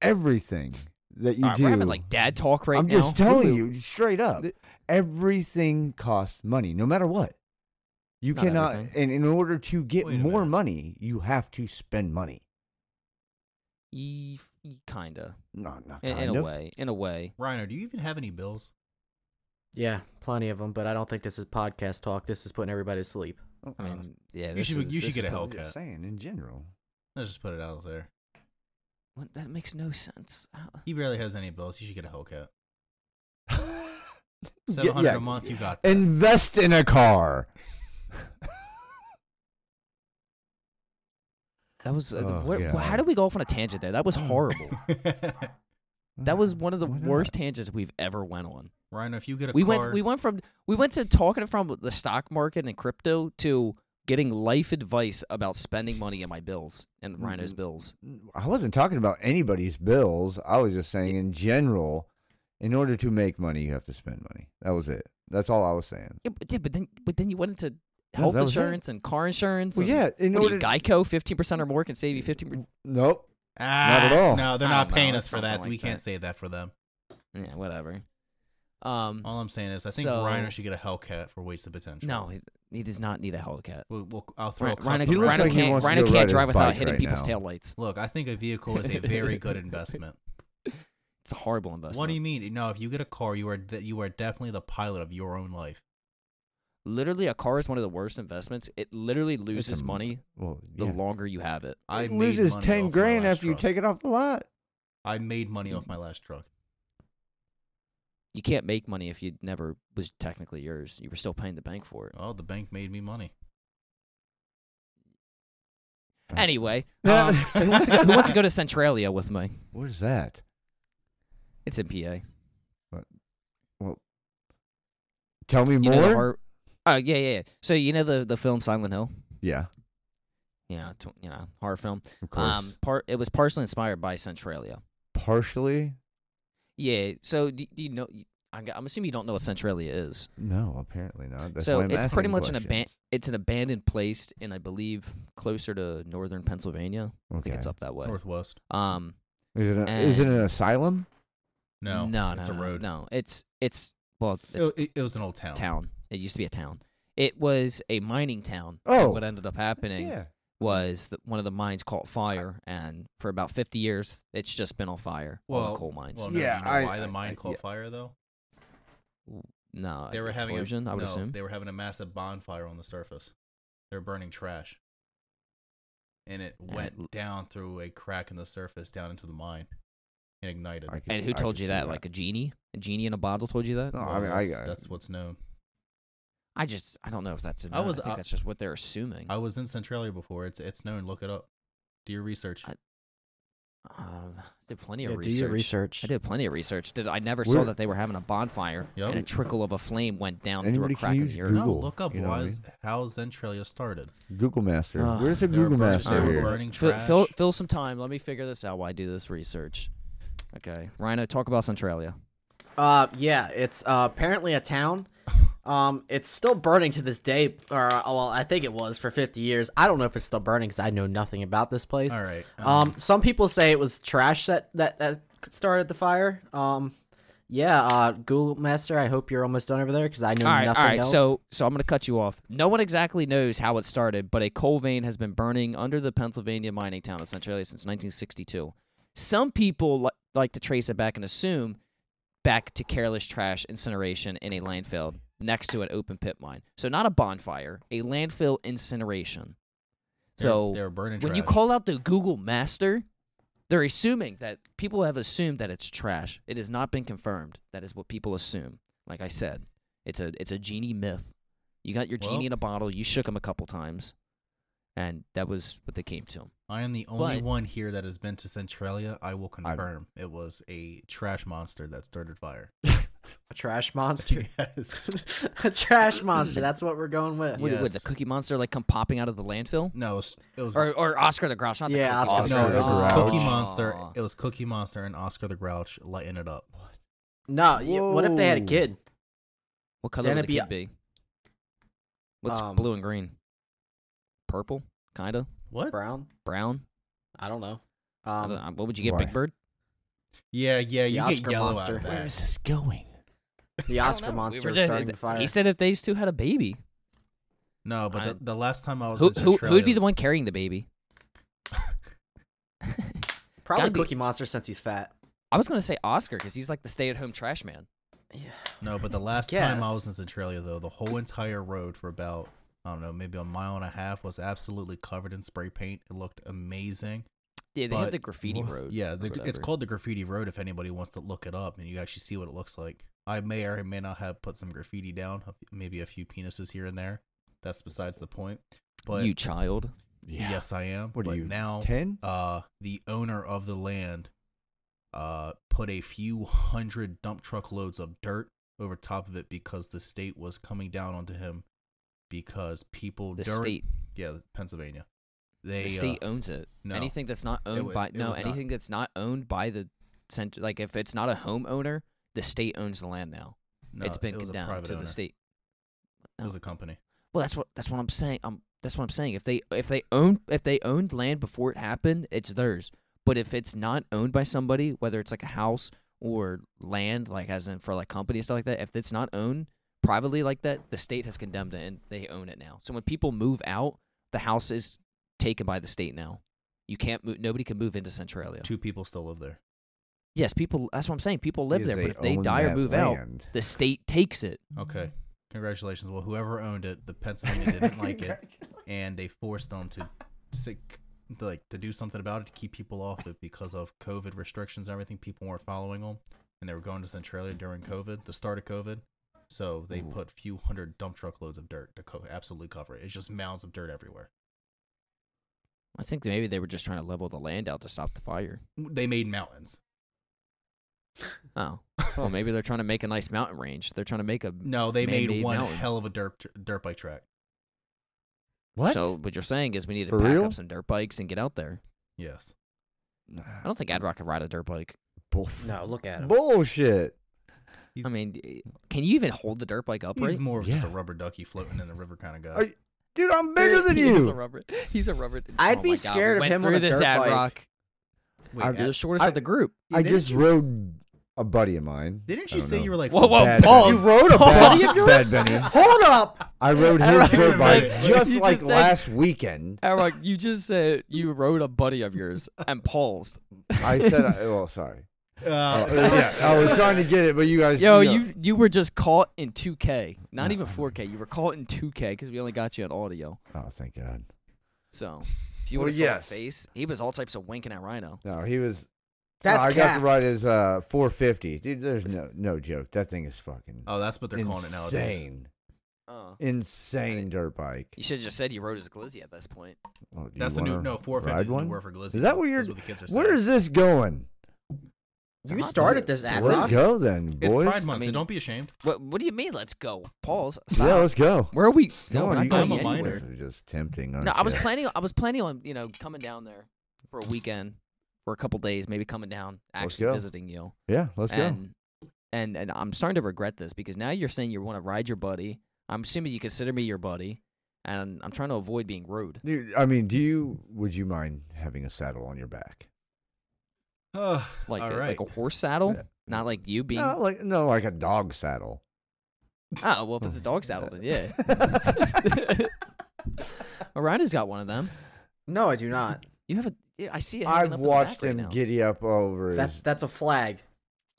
Speaker 3: Everything that you
Speaker 1: All right,
Speaker 3: do.
Speaker 1: we're having like dad talk right
Speaker 3: I'm
Speaker 1: now.
Speaker 3: just telling
Speaker 1: Woo-woo.
Speaker 3: you straight up.
Speaker 1: Th-
Speaker 3: Everything costs money, no matter what. You
Speaker 1: Not
Speaker 3: cannot,
Speaker 1: everything.
Speaker 3: and in order to get
Speaker 4: Wait a
Speaker 3: more
Speaker 4: minute.
Speaker 3: money, you have to spend money.
Speaker 1: Ye- f- kinda.
Speaker 3: Not, not
Speaker 1: In,
Speaker 3: kind
Speaker 1: in a
Speaker 3: of.
Speaker 1: way. In a way.
Speaker 4: Reiner, do you even have any bills?
Speaker 2: Yeah, plenty of them, but I don't think this is podcast talk. This is putting everybody to sleep.
Speaker 3: Uh,
Speaker 1: I mean, yeah.
Speaker 4: You
Speaker 1: this
Speaker 4: should-
Speaker 1: is-
Speaker 4: you should
Speaker 1: this
Speaker 4: get
Speaker 1: is
Speaker 4: a
Speaker 1: the-
Speaker 4: help.
Speaker 3: I'm just
Speaker 4: Hellcat.
Speaker 3: saying in general.
Speaker 4: Let's just put it out there.
Speaker 1: What? That makes no sense. How-
Speaker 4: He barely has any bills. You should get a Hellcat.
Speaker 3: Yeah,
Speaker 4: Seven hundred
Speaker 3: yeah.
Speaker 4: a month. You got. That.
Speaker 3: Invest in a car.
Speaker 1: That was. uh,
Speaker 3: Oh, Mm.
Speaker 1: where- wh-
Speaker 3: God.
Speaker 1: how did we go off on a tangent there? That was horrible. that was one of the
Speaker 3: Mm, Why not?
Speaker 1: worst tangents we've ever went on.
Speaker 4: Reiner, if you get a
Speaker 1: We
Speaker 4: car,
Speaker 1: went. We went from. We went to talking from the stock market and crypto to getting life advice about spending money in my bills and Rhino's
Speaker 3: Mhm.
Speaker 1: bills.
Speaker 3: I wasn't talking about anybody's bills. I was just saying in general, in order to make money, you have to spend money. That was it. That's all I was saying.
Speaker 1: Yeah, but, yeah, but then but then you went into
Speaker 3: No,
Speaker 1: health
Speaker 3: that was it.
Speaker 1: insurance and car insurance.
Speaker 3: Well,
Speaker 1: and-
Speaker 3: yeah. In
Speaker 1: What are
Speaker 3: order,
Speaker 1: you, Geico, fifteen percent or more can save you fifteen. percent
Speaker 3: nope.
Speaker 4: Ah,
Speaker 3: at all.
Speaker 4: No, they're
Speaker 1: I
Speaker 4: not
Speaker 1: don't
Speaker 4: paying
Speaker 1: know,
Speaker 4: us for
Speaker 1: something
Speaker 4: that.
Speaker 1: like
Speaker 4: we can't
Speaker 1: that.
Speaker 4: say that for them.
Speaker 1: Yeah, whatever. Um,
Speaker 4: All I'm saying is, I think
Speaker 1: So-
Speaker 4: Reiner should get a Hellcat for wasted potential.
Speaker 1: no, he, he does not need a Hellcat.
Speaker 4: We'll, we'll, I'll throw
Speaker 1: Rhino, Rhino,
Speaker 4: a custom.
Speaker 3: He looks
Speaker 1: Rhino
Speaker 3: like he
Speaker 1: can't,
Speaker 3: wants to
Speaker 1: Rhino
Speaker 3: go
Speaker 1: can't
Speaker 3: ride his
Speaker 1: drive without
Speaker 3: bike
Speaker 1: hitting
Speaker 3: right
Speaker 1: people's
Speaker 3: now.
Speaker 1: taillights.
Speaker 4: Look, I think a vehicle is a very good investment.
Speaker 1: It's a horrible investment.
Speaker 4: What do you mean? No, if you get a car, you are de- you are definitely the pilot of your own life.
Speaker 1: Literally, a car is one of the worst investments. It literally loses
Speaker 3: m-
Speaker 1: money
Speaker 3: Well,
Speaker 1: the
Speaker 3: yeah.
Speaker 1: longer you have it.
Speaker 4: I
Speaker 3: It
Speaker 4: made
Speaker 3: loses
Speaker 4: money off
Speaker 3: ten
Speaker 4: my
Speaker 3: grand
Speaker 4: last
Speaker 3: after you
Speaker 4: truck.
Speaker 3: take it off the lot.
Speaker 4: I made money off my last truck.
Speaker 1: You can't make money if you never was technically yours. You were still paying the bank for it.
Speaker 4: Oh, the bank made me money.
Speaker 1: Anyway, um, so who wants, to go, who wants to go to Centralia with me?
Speaker 3: Where's that?
Speaker 1: It's in PA.
Speaker 3: Tell me
Speaker 1: You
Speaker 3: more.
Speaker 1: know the hor- Oh yeah, yeah, yeah. So you know the the film Silent Hill.
Speaker 3: yeah,
Speaker 1: You know, tw- you know, horror film.
Speaker 3: of course.
Speaker 1: Um, part it was partially inspired by Centralia.
Speaker 3: Partially.
Speaker 1: Yeah. So do, do you know? I'm, I'm assuming you don't know what Centralia is.
Speaker 3: No, apparently not. That's
Speaker 1: so
Speaker 3: why I'm
Speaker 1: it's pretty
Speaker 3: asking
Speaker 1: much an aban-
Speaker 3: questions.
Speaker 1: it's an abandoned place in I believe closer to northern Pennsylvania. I think it's
Speaker 3: Okay.
Speaker 1: up that way.
Speaker 4: Northwest.
Speaker 1: Um,
Speaker 3: Is it, a, is it an
Speaker 1: and-
Speaker 3: asylum?
Speaker 4: No,
Speaker 1: no,
Speaker 4: it's
Speaker 1: no,
Speaker 4: a
Speaker 1: no,
Speaker 4: road.
Speaker 1: No, it's it's well,
Speaker 4: It,
Speaker 1: it's
Speaker 4: it- it was an old town.
Speaker 1: town. It used to be a town. It was a mining town.
Speaker 3: Oh.
Speaker 1: and what ended up happening
Speaker 3: Yeah.
Speaker 1: was that one of the mines caught fire, and for about 50 years, it's just been on fire. all
Speaker 4: Well-
Speaker 1: the coal mines.
Speaker 4: Well, no,
Speaker 3: Yeah,
Speaker 4: you know
Speaker 3: I-
Speaker 4: why
Speaker 3: I-
Speaker 4: the mine
Speaker 3: I-
Speaker 4: caught
Speaker 3: yeah.
Speaker 4: fire though?
Speaker 1: no,
Speaker 4: They
Speaker 1: an
Speaker 4: were having
Speaker 1: explosion.
Speaker 4: A,
Speaker 1: I would
Speaker 4: no,
Speaker 1: assume.
Speaker 4: they were having a massive bonfire on the surface. They were burning trash, and it
Speaker 1: And it
Speaker 4: went
Speaker 1: l-
Speaker 4: down through a crack in the surface down into the mine and ignited.
Speaker 3: I could-
Speaker 1: and who
Speaker 3: I
Speaker 1: told
Speaker 3: could
Speaker 1: you
Speaker 3: see
Speaker 1: that? Like oh, a genie? A genie in a bottle told you that?
Speaker 3: no, I
Speaker 4: Well,
Speaker 3: mean, I,
Speaker 4: that's,
Speaker 3: I-
Speaker 4: that's what's known.
Speaker 1: I just I don't know if that's.
Speaker 4: I
Speaker 1: I
Speaker 4: was-
Speaker 1: I think
Speaker 4: I-
Speaker 1: that's just what they're assuming.
Speaker 4: I was in Centralia before. It's it's known. Look it up. Do your research.
Speaker 1: I- Um, I did plenty
Speaker 2: Yeah,
Speaker 1: of
Speaker 2: do
Speaker 1: research.
Speaker 2: your research.
Speaker 1: I did plenty of research. Did I never saw
Speaker 3: We're-
Speaker 1: that they were having a bonfire
Speaker 4: Yup.
Speaker 1: and a trickle of a flame went down through
Speaker 3: Anybody
Speaker 1: a
Speaker 3: can
Speaker 1: crack in
Speaker 3: use
Speaker 1: the earth?
Speaker 4: no,
Speaker 3: Google,
Speaker 4: look up
Speaker 3: you know what I
Speaker 4: why how Centralia started.
Speaker 3: Google Master.
Speaker 1: Ah.
Speaker 3: Where's the
Speaker 4: They were
Speaker 3: Google
Speaker 4: burning-
Speaker 3: Master
Speaker 4: They were
Speaker 1: Alright.
Speaker 3: here?
Speaker 4: burning
Speaker 1: Fill,
Speaker 4: trash.
Speaker 1: fill fill some time. Let me figure this out. Why I do this research? Okay, Rhino, talk about Centralia.
Speaker 2: Uh, yeah, it's uh, apparently a town. Um, it's still burning to this day, or uh, well, I think it was for 50 years. I don't know if it's still burning because I know nothing about this place.
Speaker 4: All right.
Speaker 2: Um, some people say it was trash that that that started the fire. Um, yeah. Uh, Google Master, I hope you're almost done over there because I know
Speaker 1: all right, all
Speaker 2: nothing
Speaker 1: right.
Speaker 2: else.
Speaker 1: So, so I'm gonna cut you off. No one exactly knows how it started, but a coal vein has been burning under the Pennsylvania mining town of Centralia since 1962. Some people li- like to trace it back and assume back to careless trash incineration in a landfill next to an open pit mine. So, not a bonfire, a landfill incineration.
Speaker 4: They were-
Speaker 1: So,
Speaker 4: they were burning
Speaker 1: when you
Speaker 4: trash.
Speaker 1: call out the Google Master, they're assuming that people have assumed that it's trash. It has not been confirmed. That is what people assume. Like I said, it's a it's a genie myth. You got your
Speaker 4: Well-
Speaker 1: genie in a bottle. You shook him a couple times, and that was what they came to.
Speaker 4: I am the only
Speaker 1: But-
Speaker 4: one here that has been to Centralia. I will confirm it was a trash monster that started fire.
Speaker 2: a trash monster.
Speaker 4: yes.
Speaker 2: a trash monster. That's what we're going with.
Speaker 1: Would, would the
Speaker 4: Yes.
Speaker 1: Cookie Monster like come popping out of the landfill,
Speaker 4: No, it was, it was
Speaker 1: or or Oscar the Grouch? Not the
Speaker 2: Yeah,
Speaker 1: Cookie
Speaker 2: Oscar
Speaker 4: no, it
Speaker 1: Monster.
Speaker 2: the
Speaker 4: was
Speaker 3: Grouch.
Speaker 4: Cookie
Speaker 3: Aw.
Speaker 4: Monster. It was Cookie Monster and Oscar the Grouch lighting it up.
Speaker 2: No. y- What if they had a
Speaker 3: Whoa.
Speaker 2: kid?
Speaker 1: What color
Speaker 2: Then
Speaker 1: would
Speaker 2: it'd
Speaker 1: the
Speaker 2: be
Speaker 1: kid
Speaker 2: a-
Speaker 1: be? What's
Speaker 2: Um,
Speaker 1: blue and green? Purple, kind of
Speaker 4: What?
Speaker 2: Brown?
Speaker 1: brown.
Speaker 2: I don't know.
Speaker 1: I
Speaker 2: Um,
Speaker 1: don't- uh, what would you get,
Speaker 3: why?
Speaker 1: Big Bird?
Speaker 4: Yeah, yeah,
Speaker 2: The
Speaker 4: you get
Speaker 2: Oscar
Speaker 4: yellow
Speaker 2: Monster.
Speaker 4: out of
Speaker 3: Where is
Speaker 4: that.
Speaker 3: this going?
Speaker 2: the
Speaker 1: I don't
Speaker 2: Oscar
Speaker 1: know. We
Speaker 2: monster
Speaker 1: were
Speaker 2: was
Speaker 1: just- uh,
Speaker 2: starting the fire.
Speaker 1: He said if these two had a baby,
Speaker 4: No, but
Speaker 1: I-
Speaker 4: the, the last time I
Speaker 2: Oh,
Speaker 4: was
Speaker 1: who,
Speaker 4: in
Speaker 1: who,
Speaker 4: Centralia,
Speaker 1: who would be the one carrying the baby?
Speaker 2: Probably
Speaker 1: Gotta be-
Speaker 2: Cookie Monster since he's fat.
Speaker 1: I was gonna say Oscar because he's like the stay-at-home trash man.
Speaker 4: No, but the last time I
Speaker 2: guess.
Speaker 4: was in Centralia, though, the whole entire road for about I don't know, maybe a mile and a half was absolutely covered in spray paint. It looked amazing.
Speaker 1: Yeah, they
Speaker 4: But-
Speaker 1: have the graffiti road.
Speaker 4: Yeah,
Speaker 1: or
Speaker 4: the, it's
Speaker 1: whatever.
Speaker 4: called the graffiti road. If anybody wants to look it up and you actually see what it looks like, I may or may not have put some graffiti down, maybe a few penises here and there. That's besides the point. But
Speaker 1: you child.
Speaker 4: yes, I am.
Speaker 3: What
Speaker 4: but
Speaker 3: are you
Speaker 4: now?
Speaker 3: Ten?
Speaker 4: uh, the owner of the land uh, put a few hundred dump truck loads of dirt over top of it because the state was coming down onto him because people
Speaker 1: The
Speaker 4: during
Speaker 1: state,
Speaker 4: yeah Pennsylvania they
Speaker 1: the state
Speaker 4: uh,
Speaker 1: owns it.
Speaker 4: no.
Speaker 1: Anything that's not owned
Speaker 4: wa-
Speaker 1: by
Speaker 4: it
Speaker 1: no,
Speaker 4: was not.
Speaker 1: anything that's not owned by the center, like if it's not a homeowner, the state owns the land now.
Speaker 4: no,
Speaker 1: it's been
Speaker 4: it was a
Speaker 1: condemned
Speaker 4: private
Speaker 1: to
Speaker 4: owner.
Speaker 1: the state.
Speaker 4: It was a company.
Speaker 1: Well, that's what that's what I'm saying. Um, that's what I'm saying. If they if they own if they owned land before it happened, it's theirs. But if it's not owned by somebody, whether it's like a house or land, like as in for like company and stuff like that, if it's not owned privately like that, the state has condemned it and they own it now. So when people move out, the house is taken by the state now. You can't move. Nobody can move into Centralia.
Speaker 4: Two people still live there.
Speaker 1: Yes, people. That's what I'm saying. People live
Speaker 3: Because
Speaker 1: there, but if they
Speaker 3: own
Speaker 1: die or
Speaker 3: that
Speaker 1: move out,
Speaker 3: land.
Speaker 1: the state takes it.
Speaker 4: Okay, congratulations. Well, whoever owned it, the Pennsylvania didn't like it, and they forced them to sick to, like to do something about it to keep people off it because of COVID restrictions and everything. People weren't following them, and they were going to Centralia during COVID, the start of COVID. So they put few hundred dump truck loads of dirt to co- absolutely cover it. It's just mounds of dirt everywhere.
Speaker 1: I think maybe they were just trying to level the land out to stop the fire.
Speaker 4: They made mountains.
Speaker 1: Oh. Well, maybe they're trying to make a nice mountain range. They're trying to make a.
Speaker 4: No, they made
Speaker 1: Man-made
Speaker 4: one
Speaker 1: mountain.
Speaker 4: hell of a dirt dirt bike track.
Speaker 3: What?
Speaker 1: So what you're saying is we need to
Speaker 3: For
Speaker 1: pack
Speaker 3: real?
Speaker 1: up some dirt bikes and get out there.
Speaker 4: Yes.
Speaker 1: I don't think Ad Rock could ride a dirt bike.
Speaker 3: Bullf-
Speaker 2: No, look at him.
Speaker 3: Bullshit.
Speaker 1: I mean, eh, can you even hold the dirt bike upright?
Speaker 4: He's more of just a
Speaker 3: Yeah.
Speaker 4: rubber ducky floating in the river kind of guy.
Speaker 3: Are you- Dude, I'm bigger than
Speaker 1: He's a
Speaker 3: you.
Speaker 1: rubber. He's a rubber.
Speaker 2: I'd
Speaker 1: oh
Speaker 2: be
Speaker 1: my God, we
Speaker 2: scared of
Speaker 1: went
Speaker 2: him on
Speaker 1: through
Speaker 2: a
Speaker 1: this
Speaker 2: dirt
Speaker 1: Ad
Speaker 2: bike.
Speaker 1: Rock.
Speaker 4: Wait,
Speaker 3: I-
Speaker 1: You're
Speaker 4: Ad-
Speaker 1: the shortest
Speaker 3: I-
Speaker 1: of the group.
Speaker 3: I
Speaker 4: didn't
Speaker 3: just
Speaker 4: you-
Speaker 3: rode a buddy of mine.
Speaker 4: Didn't
Speaker 3: I
Speaker 4: you
Speaker 3: don't
Speaker 4: say
Speaker 3: know.
Speaker 4: you were like
Speaker 1: Whoa, whoa,
Speaker 3: Bad
Speaker 1: pause.
Speaker 3: Benny.
Speaker 1: You wrote a
Speaker 3: Bad-
Speaker 1: buddy of
Speaker 3: Bad
Speaker 1: yours?
Speaker 3: Benny.
Speaker 2: Hold up.
Speaker 3: I rode his
Speaker 1: Alright,
Speaker 4: you
Speaker 3: dirt
Speaker 4: just
Speaker 3: bike
Speaker 4: said-
Speaker 3: just
Speaker 1: you
Speaker 3: like
Speaker 1: just said-
Speaker 3: last weekend.
Speaker 1: Eric, you just said you rode a buddy of yours and paused.
Speaker 3: I said, I, "Well, sorry."
Speaker 4: Uh,
Speaker 3: Uh, yeah, I was trying to get it, but you guys.
Speaker 1: Yo,
Speaker 3: know.
Speaker 1: you you were just caught in 2K, not even 4K. You were caught in 2K because we only got you on audio.
Speaker 3: Oh, thank God.
Speaker 1: So if you
Speaker 3: Well,
Speaker 1: would have saw
Speaker 3: yes.
Speaker 1: his face, he was all types of winking at Rhino.
Speaker 3: No, he was.
Speaker 2: That's
Speaker 3: no, I got
Speaker 2: cap.
Speaker 3: to ride his uh 450, dude. There's no no joke. That thing is fucking
Speaker 4: oh, that's what they're calling it nowadays.
Speaker 3: insane, Uh.
Speaker 1: Oh.
Speaker 3: insane dirt bike.
Speaker 1: You should have just said you rode his glizzy at this point.
Speaker 3: Oh, do
Speaker 4: That's
Speaker 3: you
Speaker 4: the new
Speaker 3: wanna
Speaker 4: no
Speaker 3: ride
Speaker 4: 450 is the
Speaker 3: one?
Speaker 4: new word for glizzy.
Speaker 3: Is that what you're?
Speaker 4: That's what the kids are saying.
Speaker 3: Where is this going?
Speaker 1: It's a
Speaker 2: You
Speaker 1: hot
Speaker 2: started
Speaker 1: dog.
Speaker 2: this ad
Speaker 3: Let's
Speaker 2: Rob.
Speaker 3: go then,
Speaker 4: It's
Speaker 3: boys.
Speaker 4: Pride Month.
Speaker 1: mean-
Speaker 4: don't be ashamed.
Speaker 1: What, what do you mean, let's go? Pause.
Speaker 3: yeah,
Speaker 1: Stop.
Speaker 3: let's go.
Speaker 1: Where are we? No,
Speaker 3: No,
Speaker 1: we're
Speaker 3: you
Speaker 1: not
Speaker 4: guys
Speaker 1: going
Speaker 4: I'm a
Speaker 1: anywhere.
Speaker 4: minor.
Speaker 3: are just tempting.
Speaker 1: No, I was planning. I was planning on you know coming down there for a weekend, for a couple days, maybe coming down
Speaker 3: Let's
Speaker 1: actually
Speaker 3: go.
Speaker 1: visiting you.
Speaker 3: Yeah, let's go.
Speaker 1: and and and I'm starting to regret this because now you're saying you want to ride your buddy. I'm assuming you consider me your buddy, and I'm trying to avoid being rude.
Speaker 3: Dude, I mean, do you? Would you mind having a saddle on your back?
Speaker 4: Ugh,
Speaker 1: Like
Speaker 4: all
Speaker 1: a,
Speaker 4: right.
Speaker 1: like a horse saddle,
Speaker 3: Yeah.
Speaker 1: not like you being.
Speaker 3: No, like no, like a dog saddle. Uh,
Speaker 1: Oh well, if it's a dog saddle, then yeah. Orion's got one of them.
Speaker 2: No, I do not.
Speaker 1: You have a. Yeah, I see it. hanging up
Speaker 3: I've
Speaker 1: in the
Speaker 3: watched
Speaker 1: back right
Speaker 3: him
Speaker 1: now.
Speaker 3: giddy up over
Speaker 2: That,
Speaker 3: his.
Speaker 2: that's a flag.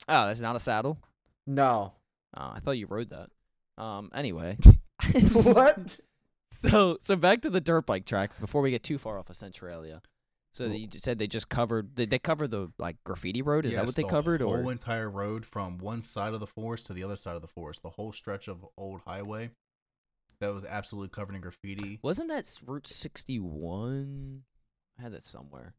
Speaker 1: Oh, that's not a saddle.
Speaker 2: No.
Speaker 1: Oh, I thought you rode that. Um. Anyway.
Speaker 3: what?
Speaker 1: So so back to the dirt bike track before we get too far off of Centralia. So you just said they just covered did they cover the like graffiti road? Is that
Speaker 4: Yes,
Speaker 1: what they
Speaker 4: the
Speaker 1: covered
Speaker 4: whole
Speaker 1: or
Speaker 4: entire road from one side of the forest to the other side of the forest, the whole stretch of old highway that was absolutely covered in graffiti.
Speaker 1: wasn't that s- Route 61? I had that somewhere.